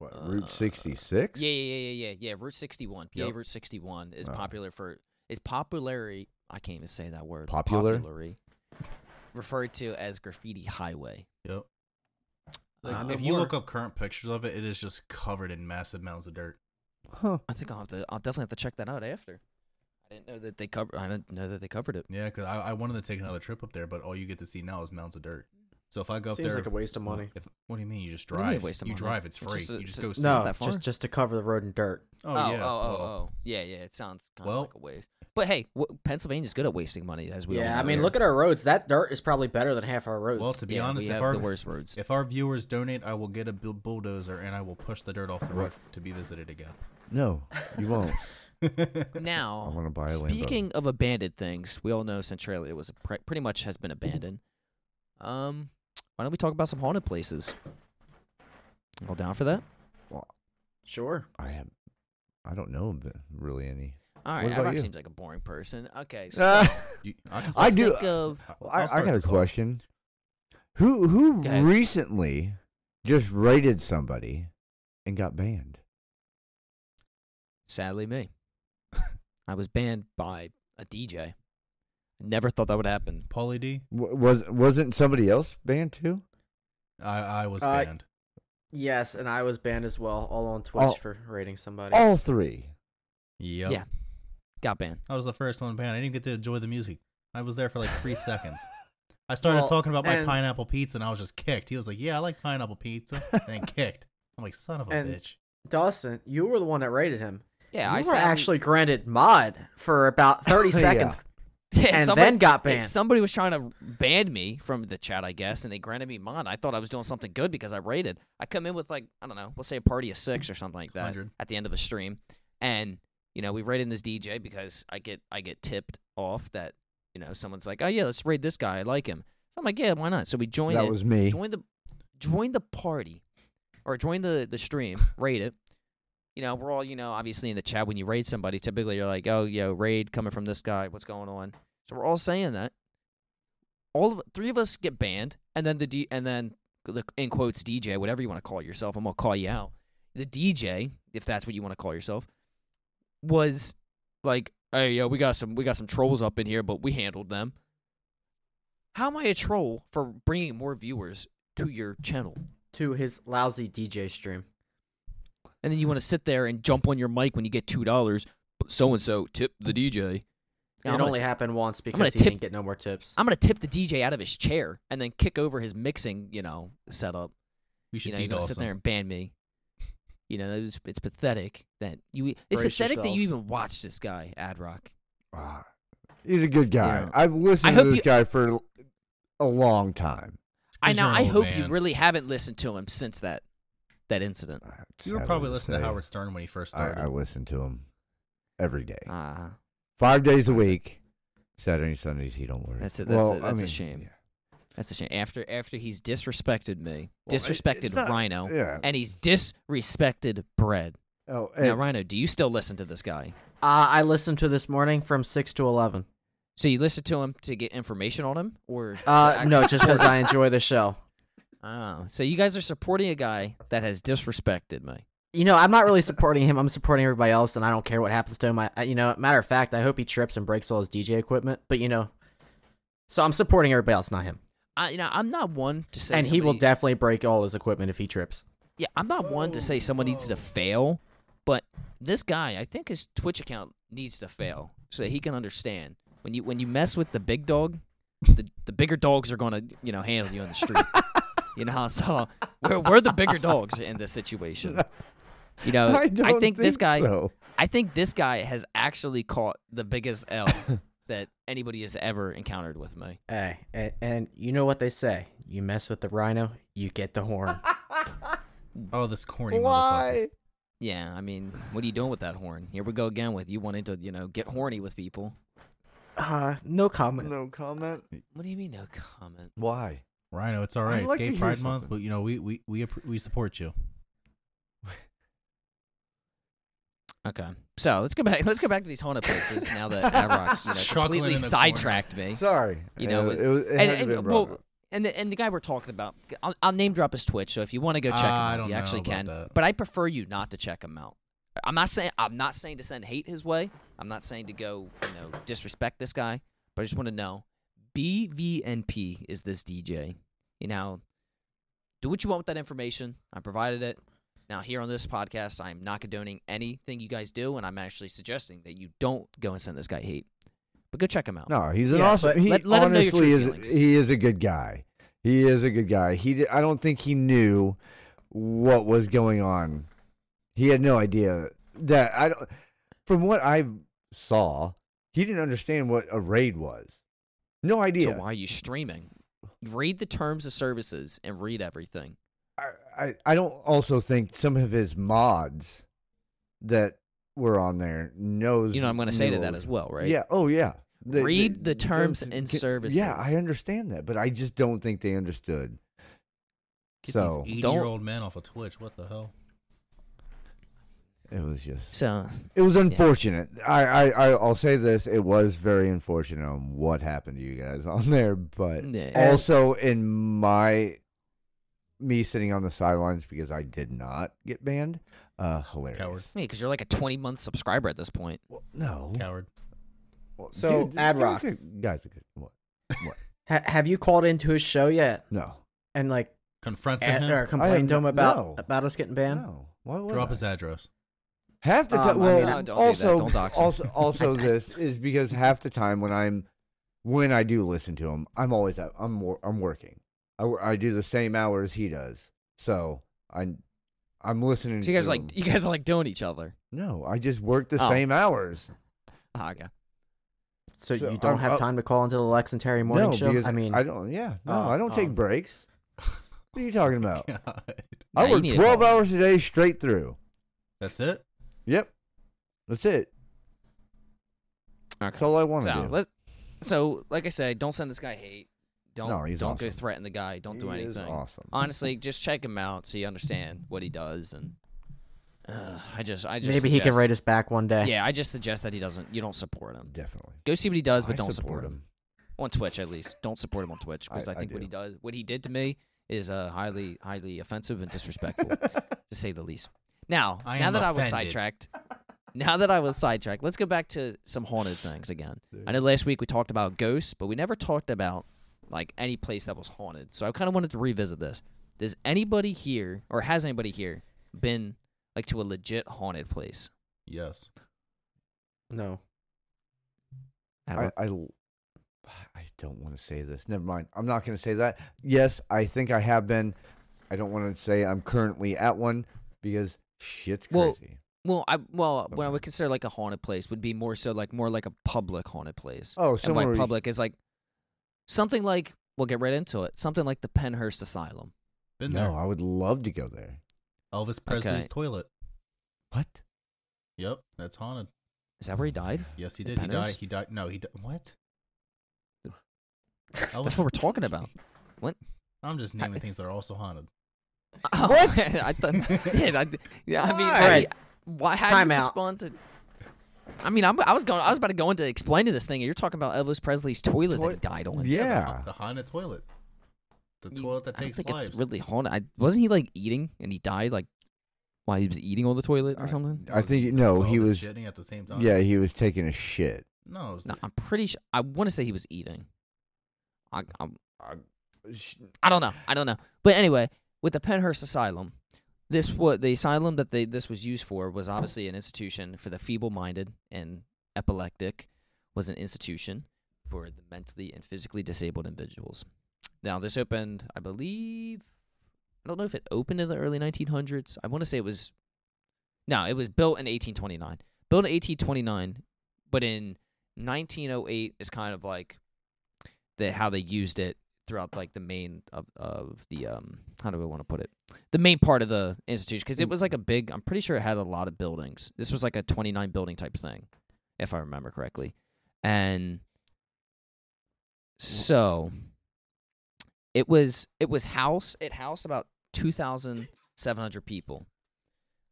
Speaker 3: What,
Speaker 1: Uh,
Speaker 3: Route 66?
Speaker 1: Yeah, yeah, yeah, yeah, yeah. Yeah, Route 61. PA
Speaker 3: Yep.
Speaker 1: Route 61 is
Speaker 3: Wow.
Speaker 1: popular for is popularity I can't even say that word.
Speaker 3: Popular?
Speaker 1: Populary, referred to as graffiti highway.
Speaker 4: Yep. Like,
Speaker 2: Not
Speaker 4: if you look
Speaker 2: anymore.
Speaker 4: up current pictures of it, it is just covered in massive mounds of dirt.
Speaker 3: Huh.
Speaker 1: I think I'll have to I'll definitely have to check that out after. I didn't know that they cover I didn't know that they covered it.
Speaker 4: Yeah, because I, I wanted to take another trip up there, but all you get to see now is mounds of dirt. So if I go up
Speaker 2: Seems
Speaker 4: there,
Speaker 2: like a waste of
Speaker 4: Well,
Speaker 2: money.
Speaker 4: If, what do you mean? You just
Speaker 1: What do you mean
Speaker 4: drive.
Speaker 1: waste of
Speaker 4: you
Speaker 1: money?
Speaker 4: drive. It's
Speaker 1: It's
Speaker 4: free.
Speaker 1: just a-
Speaker 4: you just
Speaker 1: it's
Speaker 4: go.
Speaker 1: a-
Speaker 4: sit-
Speaker 1: not
Speaker 2: No,
Speaker 1: that far.
Speaker 2: just just to cover the road in dirt.
Speaker 4: Oh, yeah.
Speaker 1: Oh, oh,
Speaker 4: well,
Speaker 1: oh. Yeah, yeah. It sounds kind
Speaker 4: Well-
Speaker 1: of like a waste. But hey, w- Pennsylvania's good at wasting money, as we always
Speaker 2: yeah, I
Speaker 1: know
Speaker 2: mean,
Speaker 1: here.
Speaker 2: look at our roads. That dirt is probably better than half our roads.
Speaker 4: Well, to be
Speaker 1: Yeah,
Speaker 4: honest,
Speaker 1: we
Speaker 4: if
Speaker 1: have
Speaker 4: our,
Speaker 1: the worst roads.
Speaker 4: if our viewers donate, I will get a bu- bulldozer and I will push the dirt off the road to be visited again.
Speaker 3: No, you won't. I
Speaker 1: Now,
Speaker 3: want to buy a Lambo.
Speaker 1: speaking of abandoned things, we all know Centralia was a pre- pretty much has been abandoned. Um, why don't we talk about some haunted places? All down for that?
Speaker 2: sure.
Speaker 3: I have. I don't know of really any.
Speaker 1: All right,
Speaker 3: What about
Speaker 1: Iraq
Speaker 3: you?
Speaker 1: seems like a boring person. Okay, so
Speaker 3: Ah,
Speaker 4: You- I, can
Speaker 3: I
Speaker 1: let's
Speaker 4: start-
Speaker 3: do- uh,
Speaker 1: think of
Speaker 4: I'll
Speaker 3: I, I
Speaker 4: start
Speaker 3: got a
Speaker 4: this off.
Speaker 3: question. Who who
Speaker 1: Go ahead.
Speaker 3: recently just raided somebody and got banned?
Speaker 1: Sadly, me. I was banned by a DJ. Never thought that would happen.
Speaker 4: Pauly D,
Speaker 3: W- was wasn't somebody else banned too?
Speaker 4: I, I was
Speaker 2: Uh,
Speaker 4: banned.
Speaker 2: Yes, and I was banned as well, all on Twitch
Speaker 3: Oh.
Speaker 2: for raiding somebody.
Speaker 3: All three.
Speaker 4: Yep.
Speaker 1: Yeah, got banned.
Speaker 4: I was the first one banned. I didn't get to enjoy the music. I was there for like three seconds. I started
Speaker 2: Well,
Speaker 4: talking about my
Speaker 2: and-
Speaker 4: pineapple pizza and I was just kicked. He was like, "Yeah, I like pineapple pizza," and then kicked. I'm like, "Son of a
Speaker 2: And-
Speaker 4: bitch."
Speaker 2: Dawson, you were the one that raided him.
Speaker 1: Yeah,
Speaker 2: you
Speaker 1: I
Speaker 2: were
Speaker 1: sadly-
Speaker 2: actually granted mod for about 30
Speaker 3: Yeah.
Speaker 2: seconds
Speaker 1: Yeah,
Speaker 2: and
Speaker 1: somebody-
Speaker 2: then got
Speaker 1: yeah,
Speaker 2: banned.
Speaker 1: Somebody was trying to ban me from the chat, I guess, and they granted me mod. I thought I was doing something good because I rated. I come in with like I don't know, we'll say a party of six or something like that
Speaker 4: 100.
Speaker 1: at the end of a stream, and you know we rated this DJ because I get I get tipped off that you know someone's like, oh yeah, let's raid this guy, I like him. So I'm like, yeah, why not? So we join
Speaker 3: that
Speaker 1: it.
Speaker 3: was me.
Speaker 1: join the join the party or join the the stream raid it you know we're all you know obviously in the chat when you raid somebody typically you're like oh yo raid coming from this guy what's going on so we're all saying that all of three of us get banned and then the D, and then the in quotes dj whatever you want to call yourself i'm gonna call you out the dj if that's what you want to call yourself was like hey yo we got some we got some trolls up in here but we handled them how am i a troll for bringing more viewers to your channel.
Speaker 2: to his lousy DJ stream.
Speaker 1: And then you want to sit there and jump on your mic when you get two dollars. So and so tip the DJ. Now,
Speaker 2: it
Speaker 1: I'm, gonna,
Speaker 2: only happened once
Speaker 1: gonna
Speaker 2: because he
Speaker 1: tip-
Speaker 2: didn't get no more tips.
Speaker 1: I'm gonna tip the DJ out of his chair and then kick over his mixing, you know, setup.
Speaker 4: We should
Speaker 1: You know, you're gonna
Speaker 4: DDoS
Speaker 1: sit
Speaker 4: him.
Speaker 1: there and ban me. You know, it's, it's pathetic that you. e, It's
Speaker 2: Brace
Speaker 1: pathetic that you
Speaker 2: yourselves.
Speaker 1: even watch this guy, Ad Rock.
Speaker 3: Ah, he's a good guy.
Speaker 1: Yeah.
Speaker 3: I've listened
Speaker 1: I
Speaker 3: to
Speaker 1: hope
Speaker 3: this
Speaker 1: you-
Speaker 3: guy for l- a long time.
Speaker 1: I
Speaker 4: He's
Speaker 1: know.
Speaker 4: your
Speaker 1: I
Speaker 4: old
Speaker 1: hope you
Speaker 4: man.
Speaker 1: really haven't listened to him since that that incident.
Speaker 3: Ah, it's
Speaker 4: You were
Speaker 3: sad
Speaker 4: probably
Speaker 3: to
Speaker 4: listening
Speaker 3: say.
Speaker 4: to Howard Stern when he first
Speaker 3: I,
Speaker 4: started.
Speaker 3: I listen to him every day,
Speaker 1: Ah,
Speaker 3: five days a week, Saturday, Sundays. He don't work.
Speaker 1: That's a- that's
Speaker 3: well,
Speaker 1: a-
Speaker 3: I
Speaker 1: that's a
Speaker 3: mean,
Speaker 1: shame.
Speaker 3: yeah.
Speaker 1: that's a shame. After after he's disrespected me,
Speaker 3: Well, it-
Speaker 1: disrespected
Speaker 3: it's not-
Speaker 1: Rhino,
Speaker 3: Yeah.
Speaker 1: and he's disrespected Bread.
Speaker 3: oh,
Speaker 1: now,
Speaker 3: and-
Speaker 1: Rhino, do you still listen to this guy?
Speaker 2: Uh, I listened to this morning from six to eleven.
Speaker 1: So you listen to him to get information on him, or to
Speaker 2: Uh,
Speaker 1: act-
Speaker 2: no, just because I enjoy the show.
Speaker 1: Oh, so you guys are supporting a guy that has disrespected me.
Speaker 2: You know, I'm not really supporting him. I'm supporting everybody else, and I don't care what happens to him. I, I- you know, matter of fact, I hope he trips and breaks all his DJ equipment. But you know, so I'm supporting everybody else, not him.
Speaker 1: I, you know, I'm not one to say.
Speaker 2: and he will
Speaker 1: somebody-
Speaker 2: definitely break all his equipment if he trips.
Speaker 1: Yeah, I'm not one to say someone needs to fail, but this guy, I think his Twitch account needs to fail so that he can understand when you when you mess with the big dog, the, the bigger dogs are gonna you know handle you on the street. you know, so we're we're the bigger dogs in this situation. You know,
Speaker 3: I,
Speaker 1: uh, I,
Speaker 3: don't
Speaker 1: think, this guy,
Speaker 3: so.
Speaker 1: I think this guy has actually caught the biggest L that anybody has ever encountered with me.
Speaker 2: Hey, and, and you know what they say: you mess with the rhino, you get the horn.
Speaker 4: oh, this corny
Speaker 3: Why?
Speaker 1: Yeah, I mean, what are you doing with that horn? Here we go again with you wanting to, you know, get horny with people.
Speaker 2: uh, no comment.
Speaker 3: No comment.
Speaker 1: What do you mean, no comment?
Speaker 3: Why?
Speaker 4: motherfucker. Rhino, it's all right.
Speaker 3: like to
Speaker 4: it's Gay
Speaker 3: hear
Speaker 4: Pride Month,
Speaker 3: something.
Speaker 4: but you know we we we, appr- we support you.
Speaker 1: Okay, so let's go back. Let's go back to these haunted places now that Avrox you know,
Speaker 4: Chuckling in
Speaker 1: completely
Speaker 4: the corner.
Speaker 1: sidetracked me.
Speaker 3: Sorry.
Speaker 1: You know,
Speaker 3: it,
Speaker 1: it-
Speaker 3: it, was- it
Speaker 1: and-
Speaker 3: hadn't
Speaker 1: and,
Speaker 3: been brought
Speaker 1: well,
Speaker 3: up.
Speaker 1: And the, and the guy we're talking about, I'll, I'll name drop his Twitch. So if you want to go check
Speaker 4: Uh,
Speaker 1: him
Speaker 4: I
Speaker 1: out,
Speaker 4: don't
Speaker 1: you
Speaker 4: know
Speaker 1: actually
Speaker 4: about
Speaker 1: can.
Speaker 4: that.
Speaker 1: But I prefer you not to check him out. I'm not saying I'm not saying to send hate his way. I'm not saying to go you know disrespect this guy. But I just want to know, BVNP is this DJ? You know, do what you want with that information. I provided it. Now here on this podcast, I'm not condoning anything you guys do, and I'm actually suggesting that you don't go and send this guy hate. But go check him out.
Speaker 3: No, he's an
Speaker 2: Yeah,
Speaker 3: awesome.
Speaker 2: but
Speaker 3: He
Speaker 1: let- let him know your
Speaker 3: honestly
Speaker 1: true
Speaker 3: is.
Speaker 1: feelings.
Speaker 3: He is a good guy. He is a good guy. He. Did, I don't think he knew what was going on. He had no idea that I don't. From what I saw, he didn't understand what a raid was. No idea.
Speaker 1: So why are you streaming? Read the terms of services and read everything.
Speaker 3: I, I, I don't also think some of his mods that were on there knows.
Speaker 1: You know, I'm going to say to that as
Speaker 3: well.
Speaker 1: well, right?
Speaker 3: Mm-hmm. Yeah. Oh, yeah.
Speaker 1: Read the terms and
Speaker 3: ca- Yeah, I
Speaker 1: services.
Speaker 3: understand that, but I just don't think they understood.
Speaker 4: Get
Speaker 3: So-
Speaker 4: these
Speaker 1: Don't-
Speaker 4: eighty-year-old men off of Twitch. What the hell?
Speaker 3: It was just.
Speaker 1: So
Speaker 3: It was unfortunate. I, I, I, I'll say this: it was very unfortunate on what happened to you guys on there, but
Speaker 1: Yeah.
Speaker 3: also in my, me sitting on the sidelines because I did not get banned. Uh, hilarious.
Speaker 4: Coward.
Speaker 1: because you're like a 20 month subscriber at this point.
Speaker 3: Well, no.
Speaker 4: Coward.
Speaker 3: Well,
Speaker 2: So,
Speaker 3: dude,
Speaker 2: Ad
Speaker 3: you
Speaker 2: Rock.
Speaker 3: could- Guys, you could- what?
Speaker 2: Ha- have you called into his show yet?
Speaker 3: No.
Speaker 2: And like,
Speaker 4: Confronts
Speaker 2: at,
Speaker 4: him.
Speaker 2: or complained to
Speaker 3: no-
Speaker 2: him about
Speaker 3: no.
Speaker 2: about us getting banned?
Speaker 3: No. Why would
Speaker 4: Drop
Speaker 3: I?
Speaker 4: his address.
Speaker 3: Half the
Speaker 2: Um,
Speaker 3: time,
Speaker 2: I
Speaker 3: well,
Speaker 2: mean, No,
Speaker 1: don't do that.
Speaker 3: also,
Speaker 1: Don't dox him.
Speaker 3: also, also, this is because half the time when I'm, when I do listen to him, I'm always out. I'm wor- I'm working. I, wor- I do the same hours he does, so I, I'm listening.
Speaker 1: So you guys
Speaker 3: to
Speaker 1: are like you
Speaker 3: him.
Speaker 1: guys are like doing each other.
Speaker 3: no, I just work the
Speaker 1: Oh.
Speaker 3: same hours.
Speaker 1: Ah, okay.
Speaker 2: So, oh,
Speaker 3: So,
Speaker 2: you don't
Speaker 3: um, uh,
Speaker 2: have time to call into the Lex and Terry morning
Speaker 3: no,
Speaker 2: show?
Speaker 3: because
Speaker 2: I mean,
Speaker 3: I don't. Yeah, no,
Speaker 2: Oh,
Speaker 3: I don't take
Speaker 2: um,
Speaker 3: breaks. What are you talking about?
Speaker 4: God.
Speaker 1: Nah,
Speaker 3: I
Speaker 1: you
Speaker 3: work
Speaker 1: need to
Speaker 3: twelve
Speaker 1: call him.
Speaker 3: hours a day straight through.
Speaker 4: That's it.
Speaker 3: Yep, that's it.
Speaker 1: Okay.
Speaker 3: That's all I want to
Speaker 1: So,
Speaker 3: do.
Speaker 1: let so like I said, don't send this guy hate. Don't
Speaker 3: No, he's
Speaker 1: don't go
Speaker 3: awesome.
Speaker 1: threaten the guy. Don't do
Speaker 3: He is
Speaker 1: anything.
Speaker 3: awesome.
Speaker 1: Honestly, just check him out so you understand what he does. And uh, I just I just
Speaker 2: maybe he can
Speaker 1: suggest-
Speaker 2: write us back one day.
Speaker 1: Yeah, I just suggest that he doesn't. You don't support him.
Speaker 3: Definitely.
Speaker 1: Go see what he does, but
Speaker 3: I
Speaker 1: don't support him. on Twitch at least. Don't support him on Twitch because
Speaker 3: I-
Speaker 1: I,
Speaker 3: I
Speaker 1: think what
Speaker 3: do.
Speaker 1: he does, what he did to me, is uh, highly, highly offensive and disrespectful, to say the least. Now,
Speaker 4: I
Speaker 1: now
Speaker 4: am
Speaker 1: that I was
Speaker 4: offended.
Speaker 1: sidetracked, now that I was sidetracked, let's go back to some haunted things again. I know last week we talked about ghosts, but we never talked about like any place that was haunted. So I kind of wanted to revisit this. Does anybody here, or has anybody here, been like to a legit haunted place?
Speaker 4: Yes.
Speaker 2: No.
Speaker 1: I don't
Speaker 3: I,
Speaker 1: know.
Speaker 3: I, l- I don't want to say this. Never mind. I'm not going to say that. Yes, I think I have been. I don't want to say I'm currently at one because Shit's
Speaker 1: Well,
Speaker 3: crazy.
Speaker 1: Well, I well, what I
Speaker 3: Okay.
Speaker 1: would consider like a haunted place would be more so like more like a public haunted place.
Speaker 3: oh,
Speaker 1: and
Speaker 3: somewhere
Speaker 1: like
Speaker 3: where you-
Speaker 1: public is like something like we'll get right into it. Something like the Penhurst Asylum.
Speaker 4: Been
Speaker 3: No,
Speaker 4: there.
Speaker 3: I would love to go there.
Speaker 4: Elvis Presley's
Speaker 1: Okay.
Speaker 4: toilet.
Speaker 3: What?
Speaker 4: Yep, that's haunted.
Speaker 1: Is that where he died?
Speaker 4: Yes, he
Speaker 1: The
Speaker 4: did. He died.
Speaker 1: Penners?
Speaker 4: He died. No, he died. What? Oh.
Speaker 1: That's what we're talking about.
Speaker 4: I'm just naming things that are also haunted.
Speaker 1: Oh,
Speaker 3: What?
Speaker 1: I thought, yeah, I, yeah, I mean,
Speaker 3: Why?
Speaker 1: how do you-
Speaker 2: Alright.
Speaker 1: why? How
Speaker 2: Time
Speaker 1: do you
Speaker 2: out.
Speaker 1: respond to? I mean, I'm, I was going. I was about to go into explaining this thing, and you're talking about Elvis Presley's toilet that he
Speaker 3: Toilet?
Speaker 1: died on.
Speaker 4: the
Speaker 3: Yeah.
Speaker 4: hau- the haunted toilet. The
Speaker 1: You-
Speaker 4: toilet that
Speaker 1: I don't
Speaker 4: takes
Speaker 1: think
Speaker 4: lives.
Speaker 1: it's really haunted. I, wasn't he like eating, and he died like while he was eating on the toilet or
Speaker 3: I-
Speaker 1: something?
Speaker 3: I think
Speaker 4: It's
Speaker 3: no,
Speaker 4: so
Speaker 3: he
Speaker 4: good
Speaker 3: was.
Speaker 4: shitting at the same time.
Speaker 3: Yeah, he was taking a shit.
Speaker 4: No, it was
Speaker 1: No, I'm pretty sure. I want to say he was eating. I, I,
Speaker 3: Uh, Sh-
Speaker 1: I don't know. I don't know. But anyway, with the Penhurst Asylum, this what the asylum that they this was used for was obviously an institution for the feeble-minded and epileptic was an institution for the mentally and physically disabled individuals. Now this opened, I believe, I don't know if it opened in the early 1900s. I want to say it was, no, it was built in 1829. Built in 1829, but in 1908 is kind of like the how they used it throughout like the main of, of the um how do I want to put it the main part of the institution because it was like a big I'm pretty sure it had a lot of buildings this was like a 29 building type thing if I remember correctly and so it was it was house it housed about 2,700 people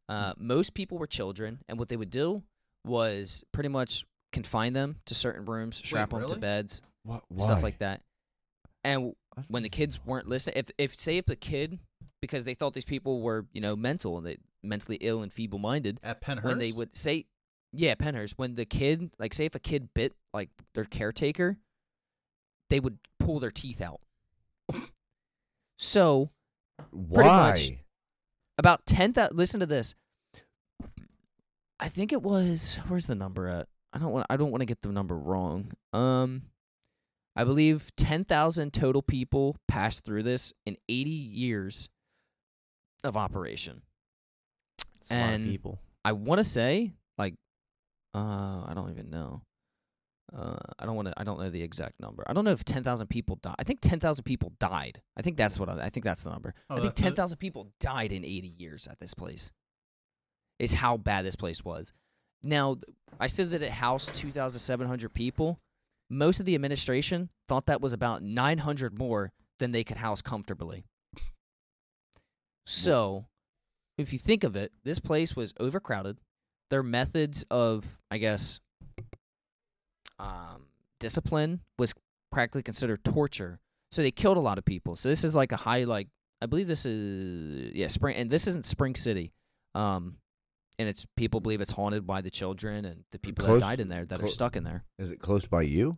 Speaker 1: uh, most people were children and what they would do was pretty much confine them to certain rooms strap them
Speaker 4: really?
Speaker 1: to beds
Speaker 3: what?
Speaker 1: stuff
Speaker 3: why?
Speaker 1: like that. And
Speaker 3: I
Speaker 1: when the
Speaker 3: don't
Speaker 1: kids
Speaker 3: know.
Speaker 1: weren't listening, if if say if the kid because they thought these people were you know mental and they mentally ill and feeble minded,
Speaker 4: at Penhurst.
Speaker 1: when they would say, yeah, Penners, when the kid like say if a kid bit like their caretaker, they would pull their teeth out. so
Speaker 3: why?
Speaker 1: much- about 10,000 listen to this i think it was where's the number at i don't want i don't want to get the number wrong um i believe 10,000 total people passed through this in 80 years of operation
Speaker 2: It's a lot of
Speaker 1: And-
Speaker 2: people.
Speaker 1: i want to say like uh i don't even know uh, I don't want to. I don't know the exact number. I don't know if ten thousand people died. I think ten thousand people died. I think that's what I, I think that's the number. I
Speaker 4: Oh,
Speaker 1: think
Speaker 4: that's it?
Speaker 1: ten thousand people died in eighty years at this place. Is how bad this place was. Now th- I said that it housed two thousand seven hundred people. Most of the administration thought that was about nine hundred more than they could house comfortably. So, if you think of it, this place was overcrowded. Their methods of, I guess, um, discipline was practically considered torture. So they killed a lot of people. So this is like a high, like I believe this is yeah spring, and this isn't Spring City, um, and it's people believe it's haunted by the children and the people
Speaker 3: Close-
Speaker 1: that died in there that
Speaker 3: clo-
Speaker 1: are stuck in there.
Speaker 3: Is it close by you?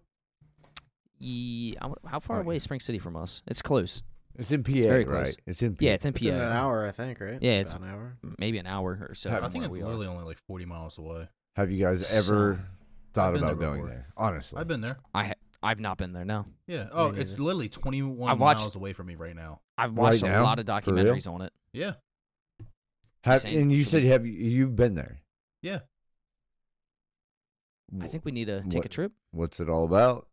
Speaker 1: Ye- I w- how far
Speaker 3: Right.
Speaker 1: away is Spring City from us? It's close.
Speaker 3: It's in PA,
Speaker 1: very close.
Speaker 3: right? It's in PA.
Speaker 1: Yeah, it's in PA.
Speaker 2: Within an hour, I think, right?
Speaker 1: Yeah, it's-
Speaker 2: About an hour.
Speaker 1: Maybe an hour or so.
Speaker 3: I
Speaker 1: from
Speaker 4: I think
Speaker 1: where
Speaker 4: it's
Speaker 1: we are.
Speaker 4: literally only like 40 miles away.
Speaker 3: Have you guys
Speaker 1: So-
Speaker 3: ever thought
Speaker 4: I've been
Speaker 3: about
Speaker 4: there
Speaker 3: going
Speaker 4: before.
Speaker 3: there? Honestly,
Speaker 4: I've been there.
Speaker 1: I ha- I've not been there. No,
Speaker 4: Yeah. Oh,
Speaker 2: Me
Speaker 4: it's
Speaker 2: neither.
Speaker 4: literally 21
Speaker 1: I watched-
Speaker 4: miles away from me right now.
Speaker 1: I've
Speaker 3: Right
Speaker 1: watched
Speaker 3: now?
Speaker 1: a lot of
Speaker 3: For real?
Speaker 1: documentaries on it.
Speaker 4: Yeah.
Speaker 3: Have,
Speaker 1: saying
Speaker 3: and you
Speaker 1: should
Speaker 3: said
Speaker 1: we-
Speaker 3: have you, you've been there?
Speaker 4: Yeah.
Speaker 1: I
Speaker 3: Wh-
Speaker 1: think we need to take a
Speaker 3: What-
Speaker 1: trip.
Speaker 3: What's it all about?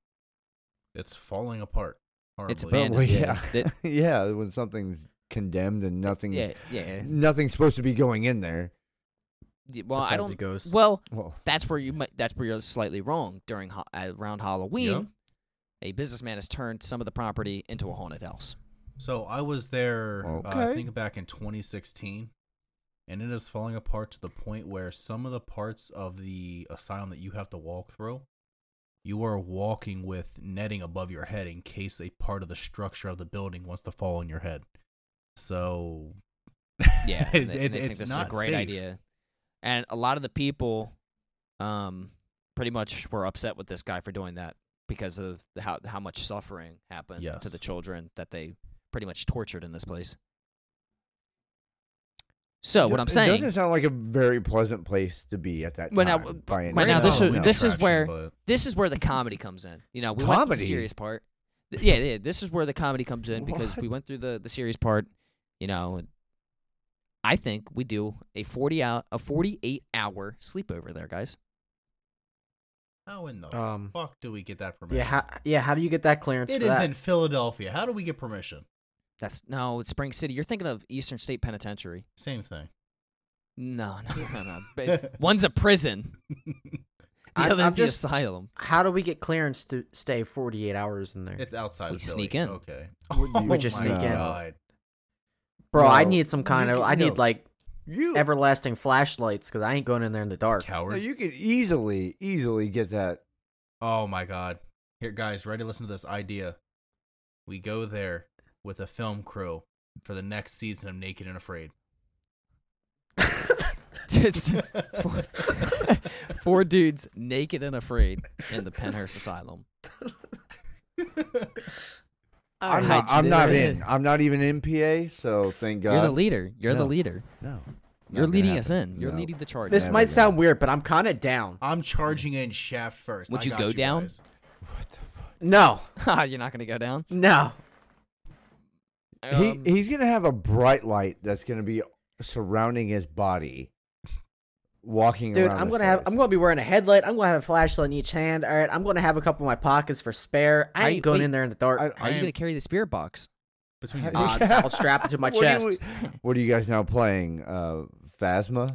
Speaker 4: It's falling apart. Horribly.
Speaker 1: It's
Speaker 3: Well,
Speaker 1: abandoned.
Speaker 3: well, yeah,
Speaker 1: yeah.
Speaker 3: yeah.
Speaker 1: That-
Speaker 3: When something's condemned and nothing,
Speaker 1: Yeah, yeah.
Speaker 3: nothing's supposed to be going in there.
Speaker 1: Y- Well, I
Speaker 2: Besides
Speaker 1: don't.
Speaker 2: the ghosts.
Speaker 1: Well,
Speaker 3: Well,
Speaker 1: that's where you might that's where you're slightly wrong during ho- around Halloween.
Speaker 4: Yeah.
Speaker 1: A businessman has turned some of the property into a haunted house.
Speaker 4: So I was there, uh, I
Speaker 3: Okay.
Speaker 4: think back in 2016, and it is falling apart to the point where some of the parts of the asylum that you have to walk through, you are walking with netting above your head in case a part of the structure of the building wants to fall on your head. So
Speaker 1: Yeah, and
Speaker 4: it's,
Speaker 1: they, and
Speaker 4: it's,
Speaker 1: they think
Speaker 4: it's
Speaker 1: this
Speaker 4: not
Speaker 1: is a great
Speaker 4: safe.
Speaker 1: idea. And a lot of the people, um, pretty much were upset with this guy for doing that because of the- how how much suffering happened to the
Speaker 4: Yes.
Speaker 1: children that they pretty much tortured in this place. So what
Speaker 3: it-
Speaker 1: I'm
Speaker 3: it doesn't
Speaker 1: saying,
Speaker 3: sound like a very pleasant place to be at that
Speaker 1: Well, now,
Speaker 3: time.
Speaker 1: uh,
Speaker 3: by any
Speaker 1: well, now
Speaker 3: means.
Speaker 1: this
Speaker 4: Granted,
Speaker 1: was-
Speaker 4: it's an
Speaker 1: this is
Speaker 4: attraction,
Speaker 1: where-
Speaker 4: but
Speaker 1: this is where the comedy comes in. You know, we went through
Speaker 3: Comedy?
Speaker 1: the serious part. Th- Yeah, yeah, this is where the comedy comes in because we
Speaker 3: What?
Speaker 1: went through the the serious part. You know, and I think we do a forty out a forty eight hour sleepover there, guys.
Speaker 4: How in the
Speaker 2: Um,
Speaker 4: fuck do we get that permission?
Speaker 2: Yeah, how, yeah. How do you get that clearance?
Speaker 4: it
Speaker 2: for
Speaker 4: is
Speaker 2: that?
Speaker 4: in Philadelphia. How do we get permission?
Speaker 1: That's no, it's Spring City. You're thinking of Eastern State Penitentiary.
Speaker 4: Same thing.
Speaker 1: No, no, no, no. Ba- One's a prison. The
Speaker 2: I-
Speaker 1: other's
Speaker 2: I'm
Speaker 1: the
Speaker 2: just-
Speaker 1: asylum.
Speaker 2: How do we get clearance to stay 48 hours in there?
Speaker 4: It's outside
Speaker 1: We
Speaker 4: of Philly.
Speaker 1: sneak in.
Speaker 4: Okay. Oh
Speaker 3: Would you-
Speaker 2: We just
Speaker 4: my
Speaker 2: sneak in.
Speaker 4: God.
Speaker 2: Bro, I
Speaker 3: No.
Speaker 2: need some kind
Speaker 3: You
Speaker 2: of.
Speaker 3: can-
Speaker 2: I
Speaker 3: no.
Speaker 2: need like
Speaker 3: You
Speaker 2: everlasting flashlights because I ain't going in there in the dark.
Speaker 3: no,
Speaker 4: Coward.
Speaker 3: you could easily easily get that.
Speaker 4: Oh my god. Here guys, ready to listen to this idea. We go there with a film crew for the next season of Naked and Afraid.
Speaker 1: Just four, four dudes naked and afraid in the Penhurst Asylum.
Speaker 3: I'm
Speaker 1: Alright,
Speaker 3: not, I'm
Speaker 1: this
Speaker 3: not
Speaker 1: is-
Speaker 3: in. I'm not even in PA, so thank God.
Speaker 1: You're the leader. You're
Speaker 3: No.
Speaker 1: the leader.
Speaker 3: No,
Speaker 1: You're
Speaker 3: not gonna
Speaker 1: leading us
Speaker 3: happen.
Speaker 1: in. You're
Speaker 3: No.
Speaker 1: leading the charge.
Speaker 2: This
Speaker 3: Yeah,
Speaker 2: might
Speaker 3: right
Speaker 2: sound weird, but I'm kind of down.
Speaker 4: I'm charging in shaft first.
Speaker 1: Would
Speaker 4: I
Speaker 1: you
Speaker 4: got
Speaker 1: go down?
Speaker 4: guys.
Speaker 3: What the fuck?
Speaker 2: No,
Speaker 1: Ah, You're not going to go down.
Speaker 2: no.
Speaker 1: Um,
Speaker 3: he he's gonna have a bright light that's gonna be surrounding his body, walking
Speaker 2: Dude,
Speaker 3: around.
Speaker 2: I'm
Speaker 3: this
Speaker 2: gonna have
Speaker 3: place.
Speaker 2: I'm gonna be wearing a headlight. I'm gonna have a flashlight in each hand. All right, I'm gonna have a couple in my pockets for spare.
Speaker 1: Are
Speaker 2: I ain't
Speaker 1: you-
Speaker 2: going
Speaker 1: wait.
Speaker 2: in there in the dark.
Speaker 3: I-
Speaker 1: Are
Speaker 4: I
Speaker 1: you
Speaker 4: am-
Speaker 1: going to carry the spirit box?
Speaker 4: Between you.
Speaker 2: Uh, I'll strap it to my
Speaker 3: What are you-
Speaker 2: chest.
Speaker 3: what are you guys now playing? Uh, Phasma.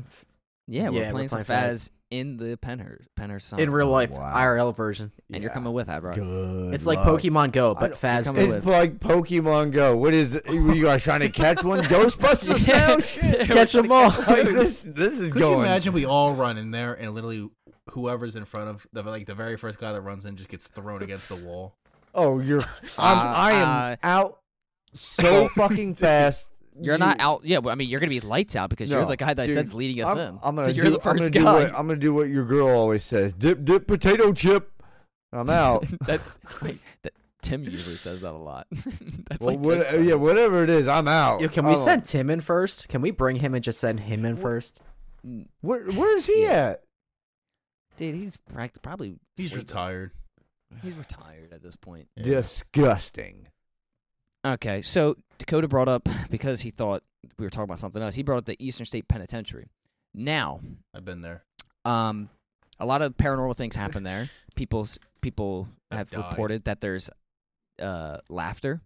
Speaker 1: Yeah, we're
Speaker 2: Yeah, we're
Speaker 1: playing some
Speaker 2: playing
Speaker 1: Faz in the Penhurst Penhurst
Speaker 2: in
Speaker 1: Asylum.
Speaker 2: real life,
Speaker 3: Oh, wow.
Speaker 2: IRL version.
Speaker 1: and you're
Speaker 3: Yeah.
Speaker 1: coming with that, bro.
Speaker 3: Good.
Speaker 2: it's like
Speaker 3: luck.
Speaker 2: Pokemon Go, but
Speaker 3: don't-
Speaker 1: Come
Speaker 2: Phasma.
Speaker 1: with-
Speaker 3: It's like Pokemon Go. What is? It? Were you guys trying to catch one? Ghostbusters now? Shit.
Speaker 2: Catch them all.
Speaker 3: Like, this, this is
Speaker 4: Could
Speaker 3: going.
Speaker 4: you imagine we all run in there and literally whoever's in front of the like the very first guy that runs in just gets thrown against the wall?
Speaker 3: Oh, you're. I'm, I am
Speaker 1: uh,
Speaker 3: out so fucking fast.
Speaker 1: You're not out. Yeah, but I mean, you're gonna be lights out because you're
Speaker 3: No,
Speaker 1: the guy that I
Speaker 3: dude,
Speaker 1: said's leading us
Speaker 3: I'm,
Speaker 1: in.
Speaker 3: I'm gonna
Speaker 1: so you're
Speaker 3: do,
Speaker 1: the
Speaker 3: I'm gonna
Speaker 1: first
Speaker 3: do
Speaker 1: guy.
Speaker 3: what- I'm gonna do what your girl always says: dip, dip, potato chip. And I'm out.
Speaker 1: that, wait, that- Tim usually says that a lot. That's
Speaker 3: well,
Speaker 1: like
Speaker 3: what- uh,
Speaker 1: Tim's son.
Speaker 3: yeah, whatever it is, I'm out.
Speaker 2: Yo, can
Speaker 3: I
Speaker 2: we
Speaker 3: don't-
Speaker 2: send Tim in first? Can we bring him and just send him in first?
Speaker 3: Where, where is he at?
Speaker 1: dude. He's prac- probably
Speaker 4: He's
Speaker 1: sleeping.
Speaker 4: retired.
Speaker 1: He's retired at this point.
Speaker 4: Yeah.
Speaker 3: Disgusting.
Speaker 1: Okay, so Dakota brought up because he thought we were talking about something else. He brought up the Eastern State Penitentiary. Now,
Speaker 4: I've been there.
Speaker 1: Um, a lot of paranormal things happen there. People people have
Speaker 4: Have died.
Speaker 1: reported that there's uh, laughter,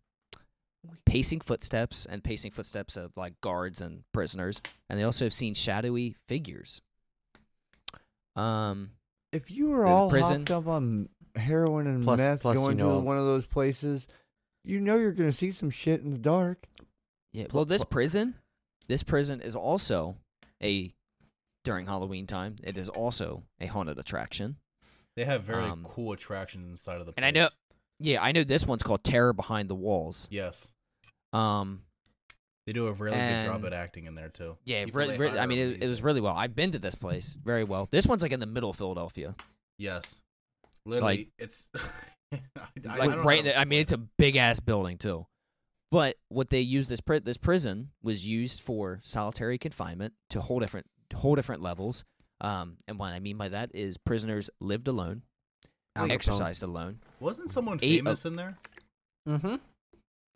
Speaker 1: pacing footsteps, and pacing footsteps of like guards and prisoners, and they also have seen shadowy figures. Um,
Speaker 3: If you were
Speaker 1: The
Speaker 3: all
Speaker 1: prison-
Speaker 3: hopped up on heroin and
Speaker 2: Plus-
Speaker 3: meth,
Speaker 2: plus you
Speaker 3: going
Speaker 2: know-
Speaker 3: to one of those places, you know you're gonna see some shit in the dark.
Speaker 1: yeah.
Speaker 2: Pl-
Speaker 1: Well, this
Speaker 2: pl-
Speaker 1: prison, this prison is also a during Halloween time. It is also a haunted attraction.
Speaker 4: They have very
Speaker 1: Um,
Speaker 4: cool attractions inside of the place.
Speaker 1: and I know- Yeah, I know this one's called Terror Behind the Walls.
Speaker 4: Yes.
Speaker 1: Um,
Speaker 4: They do a really good job
Speaker 1: And-
Speaker 4: at acting in there too.
Speaker 1: Yeah,
Speaker 4: People
Speaker 1: re-
Speaker 4: they
Speaker 1: re-
Speaker 4: hire
Speaker 1: I
Speaker 4: are
Speaker 1: mean, it, it
Speaker 4: amazing.
Speaker 1: was really well. I've been to this place very well. This one's like in the middle of Philadelphia,
Speaker 4: Yes. Literally, it's I- I,
Speaker 1: like
Speaker 4: don't know
Speaker 1: right.
Speaker 4: how
Speaker 1: in
Speaker 4: to
Speaker 1: the- I mean, it's a
Speaker 4: explain
Speaker 1: big ass building too. But what they used this pri- this prison was used for solitary confinement to whole different whole different levels. Um, and what I mean by that is prisoners lived alone,
Speaker 4: Wait.
Speaker 1: exercised alone.
Speaker 4: it. Wasn't someone
Speaker 1: eight of-
Speaker 4: famous in there?
Speaker 2: Mm-hmm.